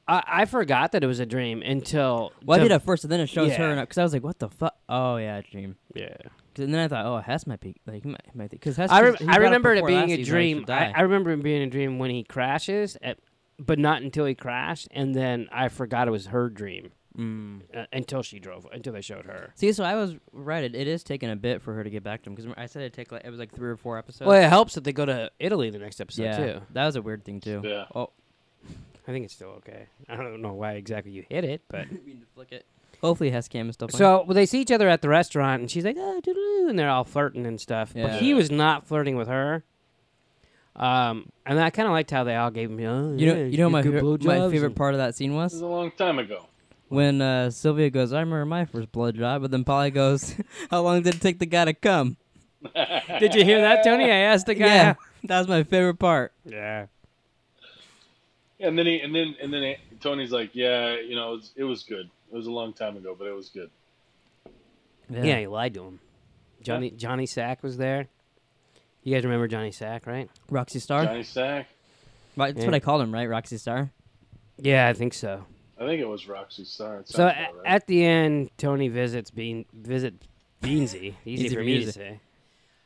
Speaker 3: I, I forgot that it was a dream until
Speaker 2: Well, I
Speaker 3: the-
Speaker 2: did at first, and then it shows her,
Speaker 3: Yeah.
Speaker 2: and because I was like, what the fuck? Oh yeah, dream.
Speaker 3: yeah.
Speaker 2: 'Cause- And then I thought, oh, Hess might be like, he might, he might because Hess.
Speaker 3: I, rem-
Speaker 2: he's- he brought
Speaker 3: I
Speaker 2: up
Speaker 3: remember it
Speaker 2: before last
Speaker 3: being a
Speaker 2: season how he
Speaker 3: dream.
Speaker 2: should
Speaker 3: I,
Speaker 2: die.
Speaker 3: I remember it being a dream when he crashes, at, but not until he crashed, and then I forgot it was her dream
Speaker 2: Mm.
Speaker 3: uh, until she drove, until they showed her.
Speaker 2: See, so I was right. It, it is taking a bit for her to get back to him because I said it take like it was like three or four episodes.
Speaker 3: Well, it helps that they go to Italy the next episode
Speaker 2: yeah,
Speaker 3: too.
Speaker 2: that was a weird thing too.
Speaker 1: Yeah.
Speaker 2: Oh,
Speaker 3: I think it's still okay. I don't know why exactly you hit it, but
Speaker 2: mean to flick it. Hopefully, Hess cam is still. playing.
Speaker 3: so well, they see each other at the restaurant, and she's like, "Oh, doo-doo-doo," and they're all flirting and stuff.
Speaker 2: Yeah.
Speaker 3: But he was not flirting with her. Um, and I kind of liked how they all gave him. Oh,
Speaker 2: You know,
Speaker 3: yeah,
Speaker 2: you know,
Speaker 3: get
Speaker 2: my
Speaker 3: good
Speaker 2: fa- my
Speaker 3: blowjobs
Speaker 2: favorite
Speaker 3: and-
Speaker 2: part of that scene
Speaker 1: This is
Speaker 2: was
Speaker 1: a long time ago.
Speaker 2: when uh, Sylvia goes, "I remember my first blood job," but then Polly goes, "How long did it take the guy to come?"
Speaker 3: Did you hear that, Tony? I asked the guy.
Speaker 2: Yeah, that was my favorite part.
Speaker 3: Yeah.
Speaker 1: And then he, and then, and then Tony's like, yeah, you know, it was, it was good. It was a long time ago, but it was good.
Speaker 3: Yeah, he lied to him. Johnny Johnny Sack was there. You guys remember Johnny Sack, right?
Speaker 2: Roxy Star.
Speaker 1: Johnny Sack.
Speaker 2: Right, that's
Speaker 3: Yeah.
Speaker 2: what I called him, right? Roxy Star.
Speaker 3: Yeah, I think so.
Speaker 1: I think it was Roxy Star. It
Speaker 3: So
Speaker 1: sounds
Speaker 3: a-
Speaker 1: about right.
Speaker 3: at the end, Tony visits Bean visit Beansy. Easy,
Speaker 2: Easy
Speaker 3: for
Speaker 2: for
Speaker 3: me
Speaker 2: you
Speaker 3: to
Speaker 2: to
Speaker 3: say.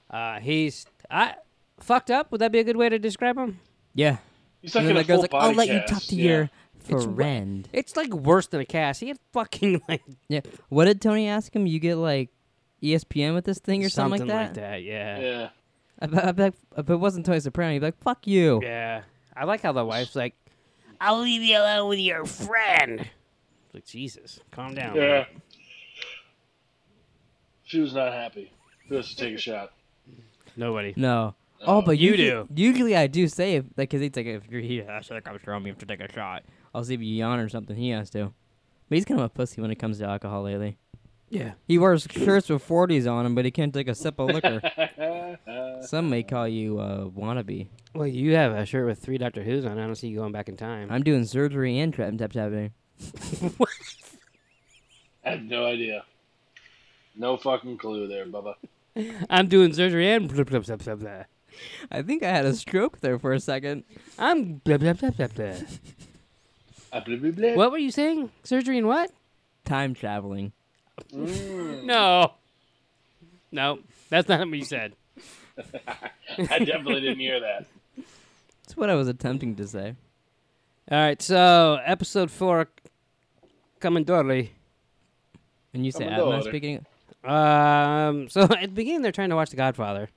Speaker 3: Uh, he's I fucked up. Would that be a good way to describe him?
Speaker 2: Yeah.
Speaker 1: he's like
Speaker 2: And then
Speaker 1: in a
Speaker 2: that girl's
Speaker 1: full
Speaker 2: like,
Speaker 1: body
Speaker 2: I'll let you
Speaker 1: cast,
Speaker 2: talk to
Speaker 1: yeah.
Speaker 2: your
Speaker 3: It's wha-
Speaker 2: friend.
Speaker 3: It's like worse than a cast. He had fucking like
Speaker 2: yeah. What did Tony ask him? You get like E ESPN with this thing or something, like that?
Speaker 3: Yeah. yeah,
Speaker 1: Yeah.
Speaker 2: I bet, I bet if it wasn't Tony Soprano, he'd be like, fuck you.
Speaker 3: I like how the wife's like, "I'll leave you alone with your friend." It's Like Jesus, calm down.
Speaker 1: Yeah. She was not happy. Who has to take a shot?
Speaker 3: Nobody.
Speaker 2: No. Oh, but
Speaker 3: you
Speaker 2: usually, Usually I do say, if, like, because he's like, if you're here,
Speaker 3: uh,
Speaker 2: I should come strong, you have to take a shot. I'll see if you yawn or something. He has to. But he's kind of a pussy when it comes to alcohol lately.
Speaker 3: Yeah.
Speaker 2: He wears shirts with 40s on him, but he can't take a sip of liquor.
Speaker 1: I
Speaker 2: Some may call you uh, wannabe.
Speaker 3: Well, you have a shirt with three Doctor Who's on. I don't see you going back in time.
Speaker 2: I'm doing surgery and trap tap tapping.
Speaker 1: have no idea. No fucking clue there, Bubba.
Speaker 3: I'm doing surgery and blah blah blah blah blah.
Speaker 2: I think I had a stroke there for a second.
Speaker 3: I'm blah blah blah blah blah.
Speaker 1: Ah, blah, blah, blah.
Speaker 3: what were you saying? Surgery and what?
Speaker 2: Time traveling.
Speaker 1: Mm.
Speaker 3: No. No, that's not what you said.
Speaker 1: I definitely didn't hear that.
Speaker 2: That's what I was attempting to say.
Speaker 3: All right, so episode four coming shortly.
Speaker 2: And you say
Speaker 1: I'm a
Speaker 2: I'm not
Speaker 1: daughter.
Speaker 2: speaking.
Speaker 3: Um, so at the beginning they're trying to watch The Godfather.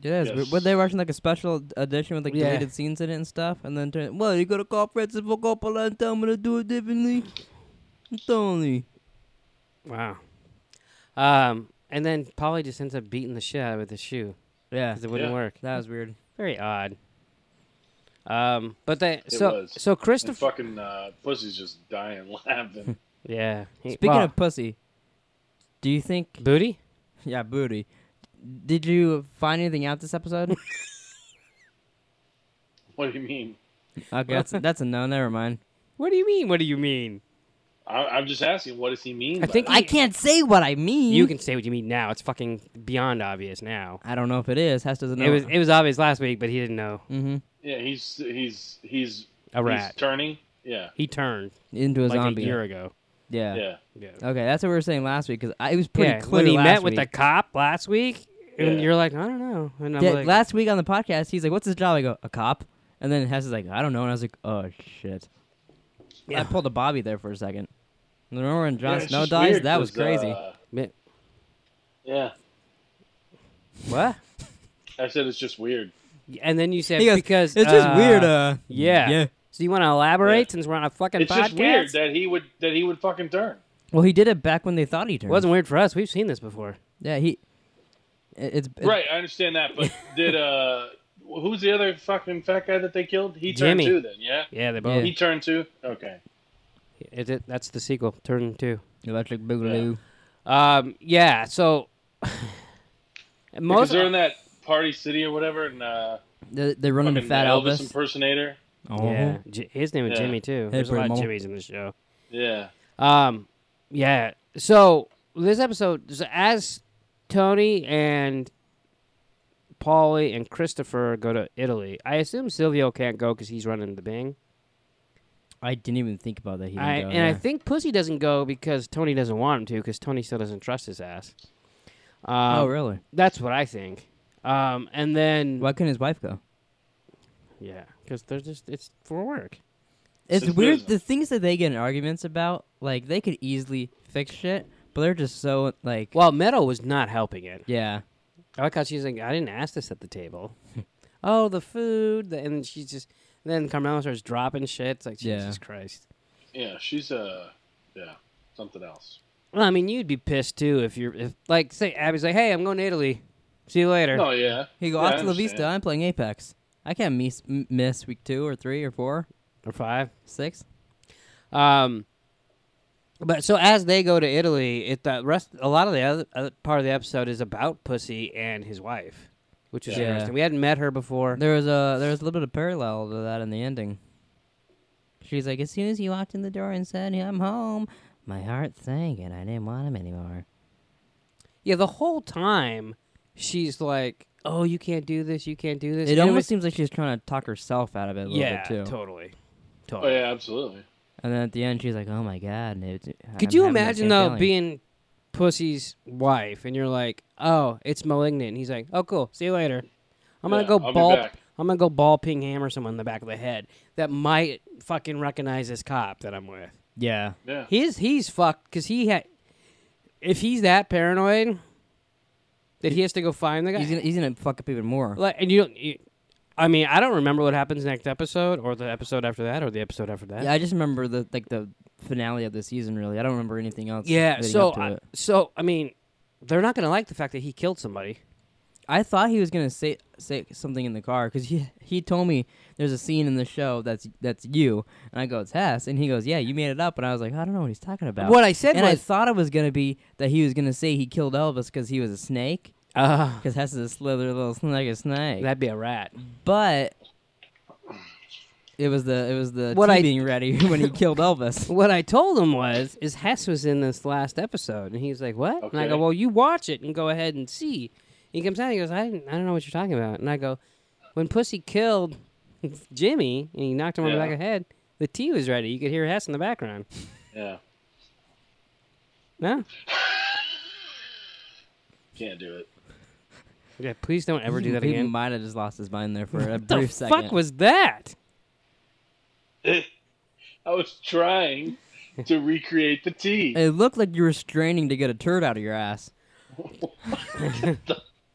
Speaker 2: Yes,
Speaker 1: Yes.
Speaker 2: were they watching like a special ed- edition with like
Speaker 3: Yeah.
Speaker 2: deleted scenes in it and stuff? And then turn, well, you gotta call Francis Ford Coppola and tell him to do it differently. Tony.
Speaker 3: Wow. Um, and then Polly just ends up beating the shit out of it with his shoe
Speaker 2: Yeah,
Speaker 3: because it wouldn't
Speaker 1: Yeah.
Speaker 3: work.
Speaker 2: that was weird.
Speaker 3: Very odd. Um, but they so
Speaker 1: was.
Speaker 3: so
Speaker 1: And
Speaker 3: Christopher.
Speaker 1: fucking uh, pussy's just dying laughing.
Speaker 3: Yeah. he-
Speaker 2: Speaking
Speaker 3: wow.
Speaker 2: of pussy, do you think?
Speaker 3: booty,
Speaker 2: Yeah, booty. Did you find anything out this episode?
Speaker 1: What do you mean?
Speaker 2: okay, that's that's a no. Never mind.
Speaker 3: what do you mean? What do you mean?
Speaker 1: I, I'm just asking. What does he mean?
Speaker 3: I
Speaker 1: by
Speaker 3: think
Speaker 1: that?
Speaker 2: I can't say what I mean.
Speaker 3: You can say what you mean now. It's fucking beyond obvious now.
Speaker 2: I don't know if it is. Hess doesn't know.
Speaker 3: It was it was obvious last week, but he didn't know
Speaker 2: hmm
Speaker 1: yeah, he's he's he's
Speaker 3: a
Speaker 1: he's
Speaker 3: rat.
Speaker 1: turning. Yeah,
Speaker 3: He turned
Speaker 2: into a
Speaker 3: like
Speaker 2: zombie.
Speaker 3: a year ago.
Speaker 2: Yeah.
Speaker 1: yeah.
Speaker 3: Yeah.
Speaker 2: Okay, that's what we were saying last week because it was pretty
Speaker 3: Yeah,
Speaker 2: clear
Speaker 3: when he
Speaker 2: last
Speaker 3: met with
Speaker 2: week.
Speaker 3: the cop last week, and
Speaker 1: Yeah.
Speaker 3: you're like, I don't know. And I'm
Speaker 2: Yeah,
Speaker 3: like,
Speaker 2: last week on the podcast, he's like, "What's his job?" I go, "A cop," and then Hess is like, "I don't know," and I was like, "Oh shit!" I
Speaker 3: Yeah.
Speaker 2: pulled a Bobby there for a second. And Remember when Jon
Speaker 1: Yeah, it's
Speaker 2: Snow
Speaker 1: just
Speaker 2: dies?
Speaker 1: weird
Speaker 2: That was
Speaker 1: 'cause,
Speaker 2: crazy.
Speaker 1: uh,
Speaker 3: "Mi-
Speaker 1: yeah,
Speaker 3: what?
Speaker 1: I said it's just weird.
Speaker 3: And then you said
Speaker 2: He goes,
Speaker 3: because
Speaker 2: it's just
Speaker 3: uh,
Speaker 2: weird. Uh,
Speaker 3: yeah.
Speaker 2: yeah.
Speaker 3: So you want to elaborate
Speaker 1: Yeah.
Speaker 3: since we're on a fucking
Speaker 1: It's
Speaker 3: podcast?
Speaker 1: just weird that he would that he would fucking turn.
Speaker 2: Well, he did it back when they thought he
Speaker 3: It
Speaker 2: turned.
Speaker 3: wasn't weird for us. We've seen this before.
Speaker 2: Yeah, he. it- It's it-
Speaker 1: right, I understand that, but did uh, who's the other fucking fat guy that they killed? He
Speaker 3: Jimmy.
Speaker 1: turned too. Then yeah,
Speaker 3: Yeah, they
Speaker 2: both-
Speaker 3: both.
Speaker 1: he turned too. Okay,
Speaker 3: It, it, that's the sequel, Turn Two.
Speaker 2: Electric Boogaloo.
Speaker 3: Um, yeah. So
Speaker 1: because
Speaker 3: most
Speaker 1: they're in that party city or whatever, and uh,
Speaker 2: They, they run into
Speaker 1: fucking
Speaker 2: Fat
Speaker 1: Elvis,
Speaker 2: Elvis.
Speaker 1: impersonator.
Speaker 2: Oh.
Speaker 3: yeah, J- his name is
Speaker 1: Yeah.
Speaker 3: Jimmy too.
Speaker 2: Hey,
Speaker 3: There's a lot of
Speaker 2: Primo.
Speaker 3: Jimmys in the show.
Speaker 1: Yeah,
Speaker 3: Um, yeah. So this episode, so as Tony and Paulie and Christopher go to Italy, I assume Silvio can't go because he's running the Bing.
Speaker 2: I didn't even think about that. He didn't
Speaker 3: I,
Speaker 2: go,
Speaker 3: and
Speaker 2: yeah.
Speaker 3: I think Pussy doesn't go because Tony doesn't want him to because Tony still doesn't trust his ass. Um,
Speaker 2: oh really?
Speaker 3: That's what I think. Um, and then
Speaker 2: Why couldn't his wife go?
Speaker 3: yeah, because they're just it's for work.
Speaker 2: It's
Speaker 1: It's
Speaker 2: weird.
Speaker 1: business.
Speaker 2: The things that they get in arguments about, like they could easily fix shit, but they're just so like,
Speaker 3: Well, Meadow was not helping it.
Speaker 2: yeah,
Speaker 3: I like how she's like, I didn't ask this at the table. oh, the food, the, and she's just. Then Carmela starts dropping shit. It's like
Speaker 2: Yeah.
Speaker 3: Jesus Christ.
Speaker 1: yeah, she's uh, yeah, something else.
Speaker 3: Well, I mean, you'd be pissed too if you're if like say Abby's like, hey, I'm going to Italy. See you later.
Speaker 1: Oh yeah,
Speaker 2: He go
Speaker 1: Yeah,
Speaker 2: off
Speaker 1: I
Speaker 2: to La Vista.
Speaker 1: understand.
Speaker 2: I'm playing Apex. I can't miss m- miss week two or three or four,
Speaker 3: Or five.
Speaker 2: six.
Speaker 3: Um, but so as they go to Italy, it the rest a lot of the other, other part of the episode is about Pussy and his wife, which is
Speaker 2: Yeah.
Speaker 3: interesting. We hadn't met her before.
Speaker 2: There was a there was a little bit of parallel to that in the ending. She's like, as soon as he walked in the door and said, "I'm home," my heart sank and I didn't want him anymore.
Speaker 3: Yeah, the whole time she's like, "Oh, you can't do this. You can't do this."
Speaker 2: It
Speaker 3: And
Speaker 2: almost
Speaker 3: was-
Speaker 2: seems like she's trying to talk herself out of it a little bit
Speaker 3: yeah,
Speaker 2: too.
Speaker 3: totally,
Speaker 1: Oh
Speaker 3: totally.
Speaker 1: yeah, absolutely.
Speaker 2: And then at the end, she's like, "Oh my god!" It,
Speaker 3: Could you imagine though being Pussy's wife and you're like, "Oh, it's malignant." And he's like, "Oh, cool. See you later." I'm
Speaker 1: Yeah,
Speaker 3: gonna
Speaker 1: I'll
Speaker 3: go
Speaker 1: be
Speaker 3: ball.
Speaker 1: back.
Speaker 3: I'm gonna go ball ping hammer someone in the back of the head that might fucking recognize this cop that I'm with.
Speaker 2: Yeah,
Speaker 1: Yeah.
Speaker 3: He's he's fucked because he had. If he's that paranoid, that he has to go find the guy.
Speaker 2: he's gonna, he's gonna fuck up even more.
Speaker 3: Like, and you don't. You, I mean, I don't remember what happens next episode, or the episode after that, or the episode after that.
Speaker 2: Yeah, I just remember the like the finale of the season. Really, I don't remember anything else.
Speaker 3: Yeah,
Speaker 2: leading
Speaker 3: So,
Speaker 2: up to
Speaker 3: I,
Speaker 2: it.
Speaker 3: so I mean, they're not going to like the fact that he killed somebody.
Speaker 2: I thought he was gonna say say something in the car because he he told me there's a scene in the show that's that's you, and I go it's Hess, and he goes yeah you made it up, and I was like I don't know what he's talking about.
Speaker 3: What I said
Speaker 2: and I
Speaker 3: was,
Speaker 2: thought it was gonna be that he was gonna say he killed Elvis because he was a snake,
Speaker 3: uh,
Speaker 2: because Hess is a slither little snake a snake.
Speaker 3: that'd be a rat.
Speaker 2: but it was the it was the
Speaker 3: What
Speaker 2: tea
Speaker 3: I-
Speaker 2: being ready when he killed Elvis.
Speaker 3: What I told him was, is Hess was in this last episode, and he's like, "What?" And I go,
Speaker 1: Okay.
Speaker 3: "Well, you watch it and go ahead and see." He comes out, and he goes, "I didn't, I don't know what you're talking about." And I go, "When Pussy killed Jimmy and he knocked him on the
Speaker 1: Yeah.
Speaker 3: back of the head, the tea was ready. You could hear Hess in the background."
Speaker 1: Yeah.
Speaker 3: No,
Speaker 1: Can't do it.
Speaker 3: yeah. Please don't ever do that
Speaker 2: he
Speaker 3: again.
Speaker 2: might have just lost his mind there for a
Speaker 3: the
Speaker 2: brief
Speaker 3: fuck
Speaker 2: second.
Speaker 3: was that?
Speaker 1: I was trying to recreate the tea.
Speaker 2: it looked like you were straining to get a turd out of your ass.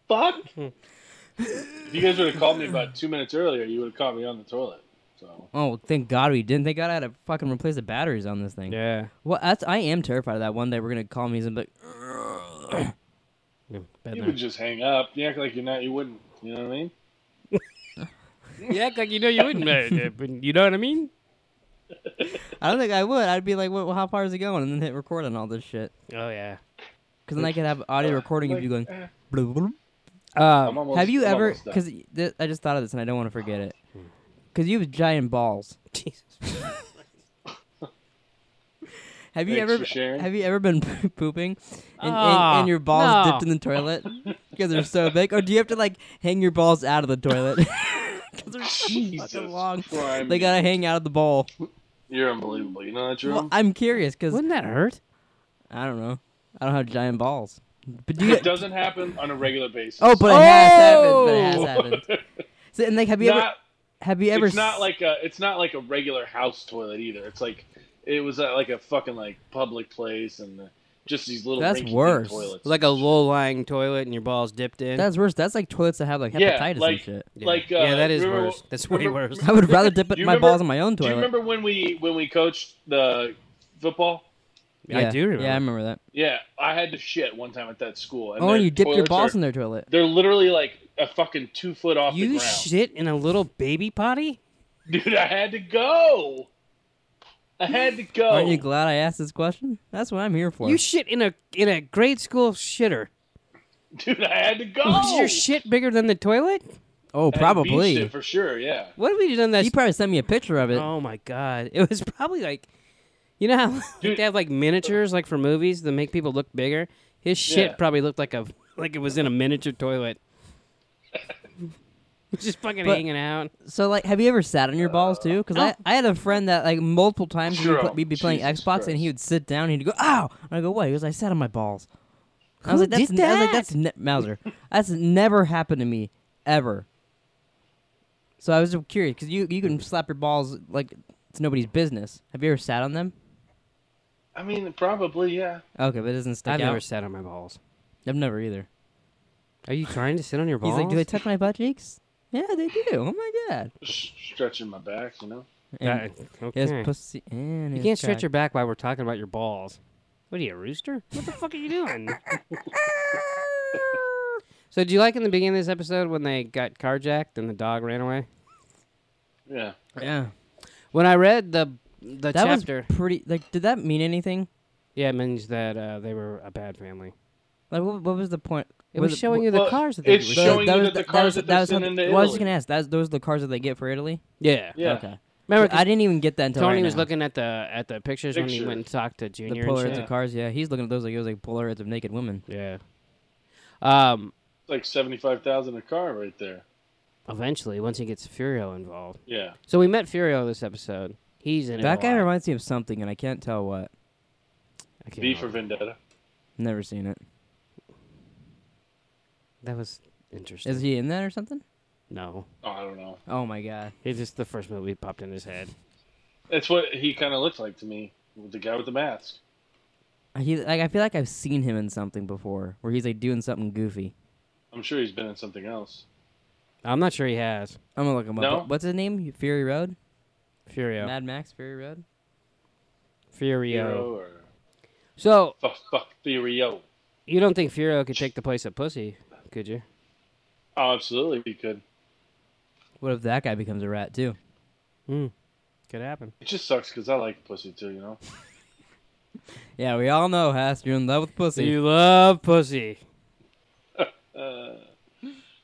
Speaker 1: Fuck. if you guys would have called me about two minutes earlier, you would have caught me on the toilet. So
Speaker 2: Oh, thank God we didn't. Thank God I had to fucking replace the batteries on this thing.
Speaker 3: Yeah.
Speaker 2: Well, that's I am terrified of that. One day we're gonna call me and be like,
Speaker 1: you would just hang up. You act like you're not. You wouldn't. You know what I mean?
Speaker 3: You act like you know you wouldn't. uh, but you know what I mean?
Speaker 2: I don't think I would. I'd be like, well, how far is it going? And then hit record on all this shit.
Speaker 3: Oh yeah.
Speaker 2: Because then I could have audio recording of you going.
Speaker 1: eh,
Speaker 2: "Bloop, bloop."
Speaker 1: I'm
Speaker 3: Um,
Speaker 1: almost-
Speaker 2: have you
Speaker 1: I'm
Speaker 2: ever?
Speaker 1: almost done.
Speaker 2: Because th- I just thought of this and I don't want to forget it.
Speaker 1: Oh, hmm.
Speaker 2: Because you have giant balls.
Speaker 3: Jesus.
Speaker 2: Have you
Speaker 1: Thanks
Speaker 2: ever?
Speaker 1: for sharing.
Speaker 2: Have you ever been pooping and, and,
Speaker 3: Ah,
Speaker 2: and your balls
Speaker 3: no.
Speaker 2: dipped in the toilet because they're so big, or do you have to like hang your balls out of the toilet because they're so
Speaker 1: Jesus
Speaker 2: fucking long?
Speaker 1: Christ.
Speaker 2: They gotta hing out of the bowl.
Speaker 1: You're unbelievable. You know that, Drew?
Speaker 2: Well, I'm curious because
Speaker 3: Wouldn't that hurt?
Speaker 2: I don't know. I don't have giant balls. But do you?
Speaker 1: it doesn't happen on a regular basis.
Speaker 2: oh, but it
Speaker 3: Oh!
Speaker 2: has happened. But it has happened. So, and like, have you ever?
Speaker 1: not,
Speaker 2: Have you ever?
Speaker 1: it's not
Speaker 2: s-
Speaker 1: like a. It's not like a regular house toilet either. It's like it was at like a fucking like public place and the, just these little.
Speaker 2: That's
Speaker 1: rinky-dink
Speaker 2: worse.
Speaker 1: Toilets.
Speaker 3: Like a low-lying toilet and your balls dipped in.
Speaker 2: that's worse. That's like toilets that have like hepatitis
Speaker 1: yeah,
Speaker 2: and
Speaker 1: like
Speaker 2: shit.
Speaker 1: like uh,
Speaker 3: yeah, that is
Speaker 1: remember-
Speaker 3: worse. That's way
Speaker 1: remember-
Speaker 3: worse.
Speaker 2: I would rather dip it
Speaker 1: Do
Speaker 2: my
Speaker 1: you
Speaker 2: balls
Speaker 1: remember-
Speaker 2: in my own
Speaker 1: Do you
Speaker 2: toilet.
Speaker 1: remember when we when we coached the football?
Speaker 2: yeah.
Speaker 3: I do remember.
Speaker 2: Yeah, I remember that.
Speaker 1: Yeah, I had to shit one time at that school. And
Speaker 2: oh,
Speaker 1: their
Speaker 2: and you dipped your
Speaker 1: toilets
Speaker 2: balls
Speaker 1: are-
Speaker 2: in their toilet.
Speaker 1: They're literally like a fucking two foot off the
Speaker 3: You
Speaker 1: ground.
Speaker 3: shit in a little baby potty?
Speaker 1: Dude, I had to go. I had to go.
Speaker 2: Aren't you glad I asked this question? That's what I'm here for.
Speaker 3: You shit in a in a grade school shitter.
Speaker 1: Dude, I had to go.
Speaker 3: Is your shit bigger than the toilet?
Speaker 2: oh,
Speaker 1: I had to beach
Speaker 2: probably.
Speaker 1: it for sure. Yeah.
Speaker 3: What have we done that?
Speaker 2: He probably sent me a picture of it.
Speaker 3: oh my god! It was probably like, you know how
Speaker 1: Dude.
Speaker 3: they have like miniatures like for movies that make people look bigger. His shit
Speaker 1: Yeah.
Speaker 3: probably looked like a like it was in a miniature toilet. Just fucking
Speaker 2: But-
Speaker 3: hanging out.
Speaker 2: So, like, have you ever sat on your balls too? Because I,
Speaker 3: oh.
Speaker 2: I had a friend that like multiple times we'd, be
Speaker 1: Sure.
Speaker 2: pl- we'd be playing
Speaker 1: Jesus
Speaker 2: Xbox and he would sit down and he'd go, "Ow!" And I go, "What?" He goes, "I sat on my balls." I was
Speaker 3: Who
Speaker 2: like, "That's
Speaker 3: did
Speaker 2: ne- I was like,
Speaker 3: that?
Speaker 2: "That's ne- Mauser. That's never happened to me ever." So I was curious because you you can slap your balls like it's nobody's business. Have you ever sat on them?
Speaker 1: I mean, probably. Yeah.
Speaker 2: Okay, but it doesn't stick
Speaker 3: I've
Speaker 2: out.
Speaker 3: never sat on my balls.
Speaker 2: I've never either.
Speaker 3: Are you trying to sit on your balls?
Speaker 2: He's like, "Do they touch my butt cheeks?" Yeah, they do. Oh my god.
Speaker 1: Just stretching my back, you know.
Speaker 2: And
Speaker 3: Uh,
Speaker 2: his
Speaker 3: okay.
Speaker 2: pussy and
Speaker 3: You
Speaker 2: his
Speaker 3: can't stretch
Speaker 2: cock.
Speaker 3: your back while we're talking about your balls. What are you, a rooster? What the fuck are you doing? so, do you like in the beginning of this episode when they got carjacked and the dog ran away?
Speaker 1: Yeah.
Speaker 2: Yeah.
Speaker 3: When I read the the
Speaker 2: That
Speaker 3: chapter,
Speaker 2: was pretty. Like, did that mean anything?
Speaker 3: yeah, it means that uh, they were a bad family.
Speaker 2: Like, what, what was the point?
Speaker 3: It was, showing you the
Speaker 1: Well,
Speaker 3: cars that they
Speaker 1: it's
Speaker 2: the-
Speaker 3: were
Speaker 1: showing you
Speaker 2: was
Speaker 1: that the
Speaker 2: that
Speaker 1: cars
Speaker 2: was,
Speaker 1: that
Speaker 2: that
Speaker 1: they're
Speaker 2: was,
Speaker 1: sending to
Speaker 2: well, I was just
Speaker 1: Italy.
Speaker 2: gonna ask. That's those are the cars that they get for Italy.
Speaker 3: Yeah,
Speaker 1: Yeah.
Speaker 2: Okay.
Speaker 3: Remember,
Speaker 2: I didn't even get that until
Speaker 3: Tony
Speaker 2: right
Speaker 3: was
Speaker 2: now.
Speaker 3: looking at the at the pictures when he
Speaker 1: Pictures.
Speaker 3: went and talked to
Speaker 2: the
Speaker 3: Junior. and
Speaker 2: Polaroids
Speaker 3: shit.
Speaker 2: of cars. Yeah, he's looking at those like it was like Polaroids of naked women.
Speaker 3: Yeah. Um,
Speaker 1: like seventy five thousand a car right there.
Speaker 3: Eventually, once he gets Furio involved.
Speaker 1: Yeah.
Speaker 3: So we met Furio this episode. He's in it.
Speaker 2: That
Speaker 3: a
Speaker 2: guy
Speaker 3: lot.
Speaker 2: reminds me of something, and I can't tell what.
Speaker 3: I can't
Speaker 1: V for
Speaker 3: remember.
Speaker 1: Vendetta.
Speaker 2: Never seen it.
Speaker 3: That was interesting.
Speaker 2: Is he in that or something?
Speaker 3: no,
Speaker 1: Oh, I don't know.
Speaker 2: Oh my god.
Speaker 3: it's just the first movie popped in his head.
Speaker 1: That's what he kind of looked like to me, with the guy with the mask.
Speaker 2: He like I feel like I've seen him in something before, where he's like doing something goofy.
Speaker 1: I'm sure he's been in something else.
Speaker 3: I'm not sure he has
Speaker 2: I'm gonna look him
Speaker 1: No?
Speaker 2: up. What's his name? Fury Road.
Speaker 3: Furio.
Speaker 2: Mad Max Fury Road.
Speaker 3: Furio.
Speaker 1: Hero or
Speaker 3: So
Speaker 1: fuck, fuck Furio.
Speaker 3: you don't think Furio could take the place of Pussy, could you?
Speaker 1: Oh, absolutely, he could.
Speaker 2: What if that guy becomes a rat too?
Speaker 3: Could happen.
Speaker 1: It just sucks because I like pussy too, you know.
Speaker 2: Yeah, we all know Hass. You're in love with pussy.
Speaker 3: You love Pussy.
Speaker 1: Uh,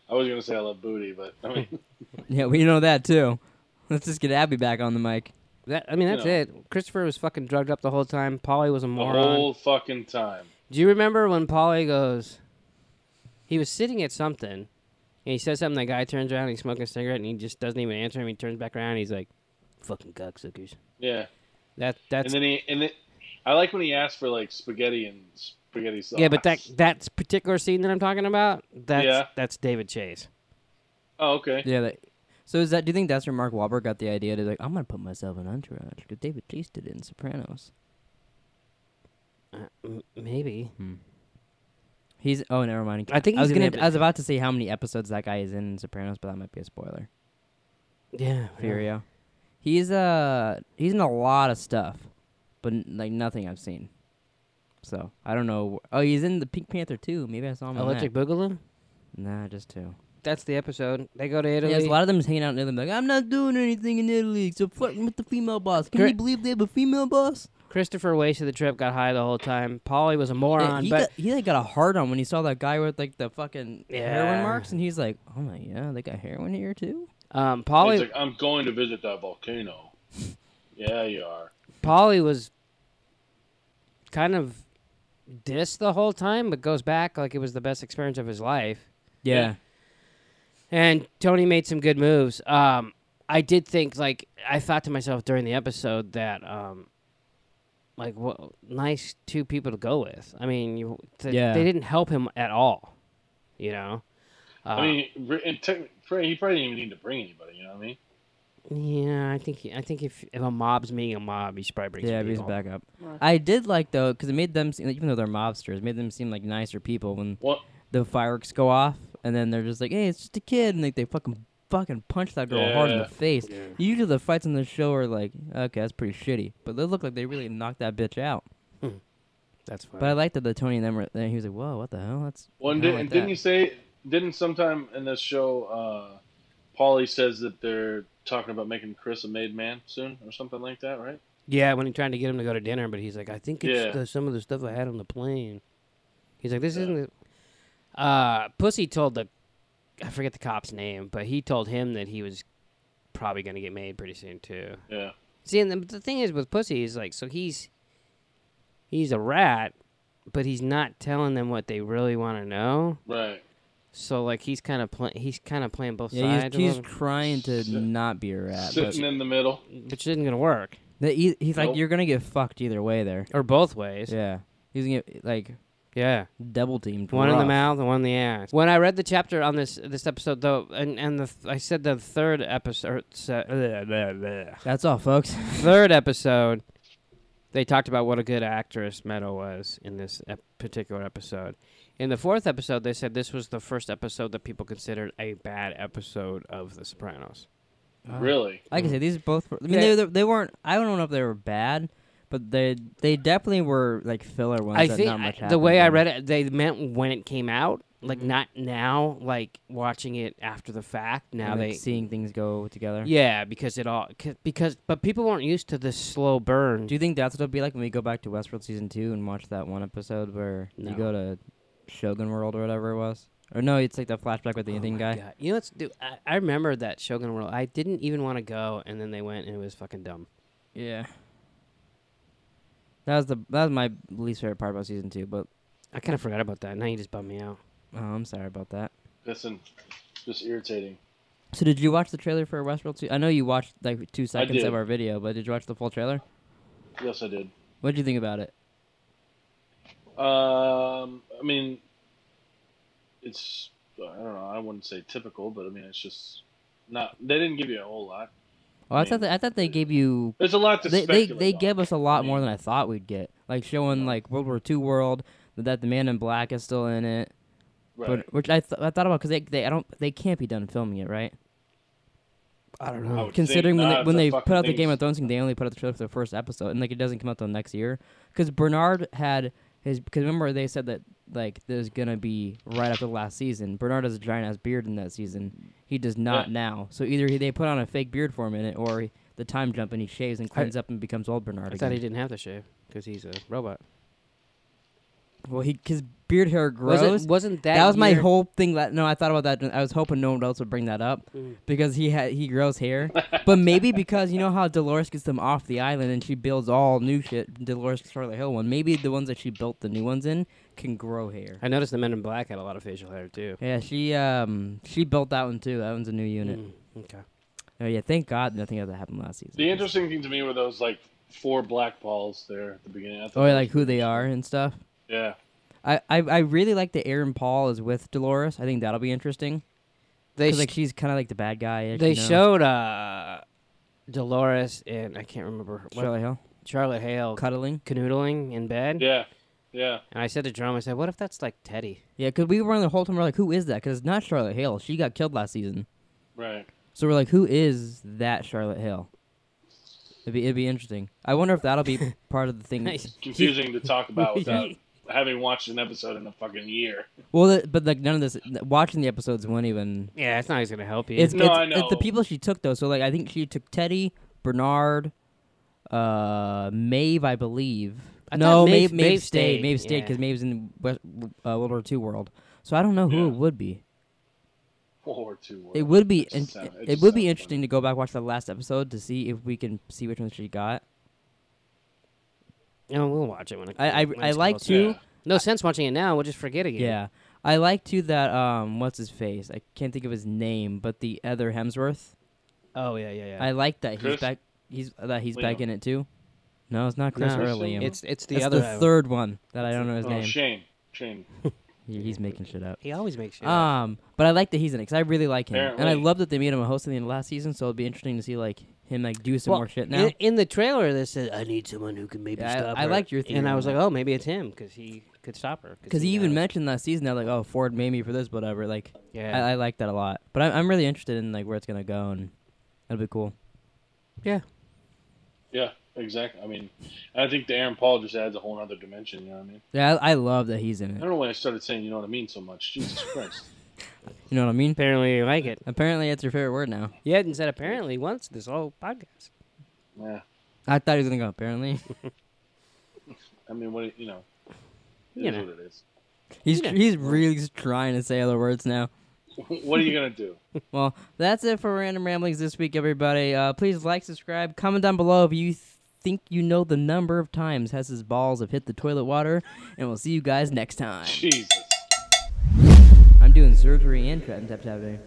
Speaker 1: I was gonna say I love booty, but I mean,
Speaker 2: Yeah, we know that too. Let's just get Abby back on the mic.
Speaker 3: That I mean, that's
Speaker 1: No.
Speaker 3: it. Christopher was fucking drugged up the whole time. Polly was a
Speaker 1: the
Speaker 3: moron.
Speaker 1: whole fucking time.
Speaker 3: Do you remember when Polly goes? He was sitting at something, and he says something. The guy turns around, he's smoking a cigarette, and he just doesn't even answer him. He turns back around, and he's like, "Fucking cocksuckers."
Speaker 1: Yeah,
Speaker 3: That
Speaker 1: and
Speaker 3: that's
Speaker 1: then he and then I like when he asked for like spaghetti and spaghetti sauce.
Speaker 3: yeah, but that that particular scene that I'm talking about, that's
Speaker 1: Yeah.
Speaker 3: that's David Chase.
Speaker 1: Oh, okay.
Speaker 2: Yeah. That, so is that? Do you think that's where Mark Wahlberg got the idea to like? I'm gonna put myself in Entourage because David Chase did it in Sopranos.
Speaker 3: Uh, m- maybe
Speaker 2: He's oh never mind.
Speaker 3: I think
Speaker 2: I was
Speaker 3: he's in
Speaker 2: gonna
Speaker 3: it,
Speaker 2: I was about to say how many episodes that guy is in, in Sopranos, but that might be a spoiler.
Speaker 3: yeah,
Speaker 2: Furio. He's uh he's in a lot of stuff, but n- like nothing I've seen. So I don't know. Oh, he's in the Pink Panther too. Maybe I saw him. in that.
Speaker 3: Electric Boogaloo.
Speaker 2: Nah, just two.
Speaker 3: That's the episode. They go to
Speaker 2: Yeah,
Speaker 3: Italy.
Speaker 2: there's a lot of them just hanging out in Italy. Like, I'm not doing anything in Italy except flirting with the female boss. Can you
Speaker 3: Correct.
Speaker 2: believe they have a female boss?
Speaker 3: Christopher wasted the trip, got high the whole time. Polly was a
Speaker 2: Yeah,
Speaker 3: moron,
Speaker 2: he,
Speaker 3: but
Speaker 2: got, he like got a hard on when he saw that guy with like the fucking
Speaker 3: Yeah.
Speaker 2: heroin marks, and he's like, "Oh my yeah, they got heroin here too."
Speaker 3: um,
Speaker 1: He's
Speaker 3: Polly
Speaker 1: like, I'm going to visit that volcano. yeah, you are.
Speaker 3: Polly was kind of dissed the whole time, but goes back like it was the best experience of his life.
Speaker 1: Yeah.
Speaker 3: And Tony made some good moves. Um, I did think, like, I thought to myself during the episode that, um, like, what nice two people to go with. I mean, you, th-
Speaker 2: Yeah.
Speaker 3: they didn't help him at all, you know. Uh,
Speaker 1: I mean, re- and techni- pra- he probably didn't even need to bring anybody. You know what I mean?
Speaker 3: yeah, I think he, I think if, if a mob's meeting a mob, he should probably bring
Speaker 2: Yeah,
Speaker 3: some
Speaker 2: he's
Speaker 3: people.
Speaker 2: back up. I did like though because it made them seem, even though they're mobsters, it made them seem like nicer people when
Speaker 1: What?
Speaker 2: the fireworks go off and then they're just like, "Hey, it's just a kid," and like they fucking fucking punch that girl hard in the
Speaker 1: Yeah.
Speaker 2: face.
Speaker 3: Yeah.
Speaker 2: Usually the fights on the show are like, "Okay, that's pretty shitty," but they look like they really knocked that bitch out.
Speaker 3: That's fine.
Speaker 2: But I liked that the Tony and them were. Then he was like, "Whoa, what the hell? That's
Speaker 1: One
Speaker 2: I
Speaker 1: did,
Speaker 2: like
Speaker 1: and
Speaker 2: that.
Speaker 1: didn't you say? Didn't sometime in this show, uh, Paulie says that they're talking about making Chris a made man soon or something like that, right?
Speaker 3: Yeah, when he tried to get him to go to dinner, but he's like, I think it's
Speaker 1: Yeah.
Speaker 3: the, some of the stuff I had on the plane. He's like, this isn't. The... Uh, Pussy told the, I forget the cop's name, but he told him that he was probably going to get made pretty soon too.
Speaker 1: Yeah.
Speaker 3: See, and the, the thing is with Pussy is like, so he's, he's a rat, but he's not telling them what they really want to know.
Speaker 1: Right.
Speaker 3: So like, he's kind of playing. He's kind of playing both
Speaker 2: Yeah,
Speaker 3: sides. a
Speaker 2: he's, he's
Speaker 3: little,
Speaker 2: trying to
Speaker 1: Sit-
Speaker 2: not be a rat, but
Speaker 1: Sitting in the middle.
Speaker 3: which isn't going to work,
Speaker 2: the, he, he's like,
Speaker 1: Nope.
Speaker 2: "You're gonna get fucked either way." There,
Speaker 3: or both ways. Yeah.
Speaker 2: yeah, he's gonna get like double teamed.
Speaker 3: One in the
Speaker 2: rough.
Speaker 3: mouth and one in the ass. When I read the chapter on this this episode, though, and and the, I said the third episode,
Speaker 2: That's all, folks.
Speaker 3: third episode, they talked about what a good actress Meadow was in this ep- particular episode. In the fourth episode, they said this was the first episode that people considered a bad episode of The Sopranos.
Speaker 2: Uh-huh.
Speaker 1: Really?
Speaker 2: Like I said, these both. Were, I mean,
Speaker 3: Yeah.
Speaker 2: they, they weren't. I don't know if they were bad, but they they definitely were like filler ones.
Speaker 3: I
Speaker 2: that
Speaker 3: think
Speaker 2: not much
Speaker 3: I- the way I
Speaker 2: happened
Speaker 3: read it, they meant when it came out, like not now, like watching it after the fact.
Speaker 2: in,
Speaker 3: Now
Speaker 2: and, like,
Speaker 3: they
Speaker 2: seeing things go together.
Speaker 3: Yeah, because it all 'cause- because but people weren't used to this slow burn.
Speaker 2: Do you think that's what it'll be like when we go back to Westworld season two and watch that one episode where you
Speaker 3: No.
Speaker 2: go to Shogun World or whatever it was? Or no, it's like the flashback with the
Speaker 3: Oh
Speaker 2: Indian
Speaker 3: my
Speaker 2: guy.
Speaker 3: God. You know what's dude, I, I remember that Shogun World. I didn't even want to go, and then they went, and it was fucking dumb.
Speaker 2: Yeah. That was the that was my least favorite part about season two, but
Speaker 3: I kind of forgot about that. Now you just bummed me out.
Speaker 2: oh, I'm sorry about that.
Speaker 1: pissing, just irritating.
Speaker 2: So did you watch the trailer for Westworld 2? I know you watched like two seconds
Speaker 1: did.
Speaker 2: of our video, but did you watch the full trailer?
Speaker 1: Yes, I did.
Speaker 2: What did you think about it?
Speaker 1: Um, I mean, it's I don't know. I wouldn't say typical, but I mean, it's just not. They didn't give you a whole lot.
Speaker 2: Oh, I thought that, I thought they gave you
Speaker 1: There's a lot to
Speaker 2: they they,
Speaker 1: speculate.
Speaker 2: they
Speaker 1: on.
Speaker 2: gave us a lot
Speaker 1: I
Speaker 2: more
Speaker 1: mean-
Speaker 2: than I thought we'd get. Like showing like World War II world that the Man in Black is still in it,
Speaker 1: Right.
Speaker 2: but which I th- I thought about because they, they I don't they can't be done filming it, right?
Speaker 3: I don't
Speaker 1: know. I would
Speaker 2: Considering
Speaker 1: think
Speaker 2: when
Speaker 1: not,
Speaker 2: they,
Speaker 1: if
Speaker 2: when
Speaker 1: that
Speaker 2: they
Speaker 1: fucking
Speaker 2: put out the
Speaker 1: thing's-
Speaker 2: Game of Thrones thing, they only put out the trailer for the first episode, and like it doesn't come out till next year. Because Bernard had his because remember they said that like there's gonna be right after the last season. Bernard has a giant ass beard in that season. He does not
Speaker 1: Yeah.
Speaker 2: now. So either he, they put on a fake beard for him in it, or he, the time jump and he shaves and cleans up and becomes old Bernard.
Speaker 3: I thought he
Speaker 2: again.
Speaker 3: didn't have to shave because he's a robot.
Speaker 2: Well, he his beard hair grows.
Speaker 3: Wasn't, wasn't that
Speaker 2: that, was my
Speaker 3: year-
Speaker 2: whole thing. That no, I thought about that. I was hoping no one else would bring that up because he had he grows hair. but maybe because you know how Dolores gets them off the island and she builds all new shit. Dolores Scarlet Hill one. Maybe the ones that she built the new ones in can grow hair.
Speaker 3: I noticed the Men in Black had a lot of facial hair too.
Speaker 2: Yeah, she um she built that one too. That one's a new unit.
Speaker 3: Okay.
Speaker 2: Oh yeah, thank God nothing ever happened last season.
Speaker 1: The interesting thing to me were those like four black balls there at the beginning. I
Speaker 2: Oh,
Speaker 1: thought-
Speaker 2: yeah, like who they are and stuff.
Speaker 1: yeah.
Speaker 2: I, I I really like that Aaron Paul is with Dolores. I think that'll be interesting.
Speaker 3: They
Speaker 2: 'Cause,
Speaker 3: sh-
Speaker 2: like she's kind of like the bad guy.
Speaker 3: they showed uh, Dolores and I can't remember what,
Speaker 2: Charlie Hill
Speaker 3: Charlotte Hale
Speaker 2: cuddling.
Speaker 3: canoodling in bed.
Speaker 1: Yeah. Yeah.
Speaker 3: And I said to Jerome, I said, "What if that's like Teddy?"
Speaker 2: Yeah, because we were on the whole time. We're like, who is that? Because it's not Charlotte Hill. She got killed last season.
Speaker 1: Right.
Speaker 2: So we're like, who is that Charlotte Hill? It'd be it'd be interesting. I wonder if that'll be part of the thing.
Speaker 1: Confusing to talk about without having watched an episode in a fucking year.
Speaker 2: Well, th- but like none of this watching the episodes won't even.
Speaker 3: Yeah, it's not always gonna help you.
Speaker 2: It's,
Speaker 1: No,
Speaker 2: it's,
Speaker 1: I
Speaker 2: it's the
Speaker 1: know.
Speaker 2: people she took though. So like, I think she took Teddy, Bernard, uh, Maeve, I believe.
Speaker 3: I
Speaker 2: no,
Speaker 3: thought Maeve-
Speaker 2: Maeve,
Speaker 3: Maeve
Speaker 2: stayed.
Speaker 3: stayed,
Speaker 2: Maeve stayed
Speaker 3: yeah.
Speaker 2: because Maeve's in West, uh, World War II world. So I don't know
Speaker 1: Yeah.
Speaker 2: who it would be.
Speaker 1: World War Two. World.
Speaker 2: It would be
Speaker 1: It
Speaker 2: in,
Speaker 1: just sound-
Speaker 2: it
Speaker 1: just
Speaker 2: would be
Speaker 1: sounds
Speaker 2: interesting to go back watch the last episode to see if we can see which one she got.
Speaker 3: no, we'll watch it when it.
Speaker 2: I I,
Speaker 3: when
Speaker 2: I
Speaker 3: it's
Speaker 2: like
Speaker 3: closer.
Speaker 2: to
Speaker 1: Yeah.
Speaker 3: No sense watching it now. We'll just forget again.
Speaker 2: yeah. I like to that um what's his face I can't think of his name but the other Hemsworth
Speaker 3: Oh yeah, yeah, yeah.
Speaker 2: I like that he's
Speaker 1: Chris?
Speaker 2: back he's that he's back
Speaker 1: Liam.
Speaker 2: in it too. No, it's not Chris
Speaker 3: No,
Speaker 2: or
Speaker 1: Kristen?
Speaker 2: Liam.
Speaker 3: it's it's the
Speaker 2: It's
Speaker 3: other one.
Speaker 2: third one that I don't know his
Speaker 1: Oh,
Speaker 2: name.
Speaker 1: Shane. Shane.
Speaker 2: He- He's making shit up.
Speaker 3: He always makes shit. up.
Speaker 2: Um, but I like that he's in it because I really like him, and I
Speaker 1: Apparently.
Speaker 2: love that they made him a host at the end of last season. So it'll be interesting to see like him like do some
Speaker 3: Well,
Speaker 2: more shit now.
Speaker 3: In, in the trailer, they said, "I need someone who can maybe
Speaker 2: Yeah, I-
Speaker 3: stop."
Speaker 2: I
Speaker 3: her."
Speaker 2: liked your theory
Speaker 3: and I
Speaker 2: on
Speaker 3: was
Speaker 2: that.
Speaker 3: like, "Oh, maybe it's him because he could stop her." uh,
Speaker 2: Because he even
Speaker 3: knows.
Speaker 2: mentioned last season that like, oh, Ford made me for this, whatever. Like,
Speaker 3: Yeah.
Speaker 2: I, I like that a lot. But I'm, I'm really interested in like where it's gonna go, and that'll be cool.
Speaker 3: yeah,
Speaker 1: Yeah. Exactly. I mean, I think the Aaron Paul just adds a whole other dimension. You know what I mean?
Speaker 2: Yeah, I, I love that he's in
Speaker 1: I
Speaker 2: it.
Speaker 1: don't know why I started saying you know what I mean so much. Jesus Christ.
Speaker 2: You know what I mean?
Speaker 3: apparently you like it.
Speaker 2: Apparently, it's your favorite word now.
Speaker 3: You hadn't said apparently once this whole podcast.
Speaker 1: Yeah.
Speaker 2: I thought he was gonna go. Apparently,
Speaker 1: I mean, what you know. It is
Speaker 3: You know.
Speaker 1: what it is.
Speaker 2: he's
Speaker 3: Yeah.
Speaker 2: he's really just trying to say other words now.
Speaker 1: What are you gonna do?
Speaker 2: Well, that's it for random ramblings this week, everybody. Uh, please like, subscribe, comment down below if you th- think you know the number of times Hess's balls have hit the toilet water, and we'll see you guys next time.
Speaker 1: Jesus.
Speaker 2: I'm doing surgery and tap tap tapping.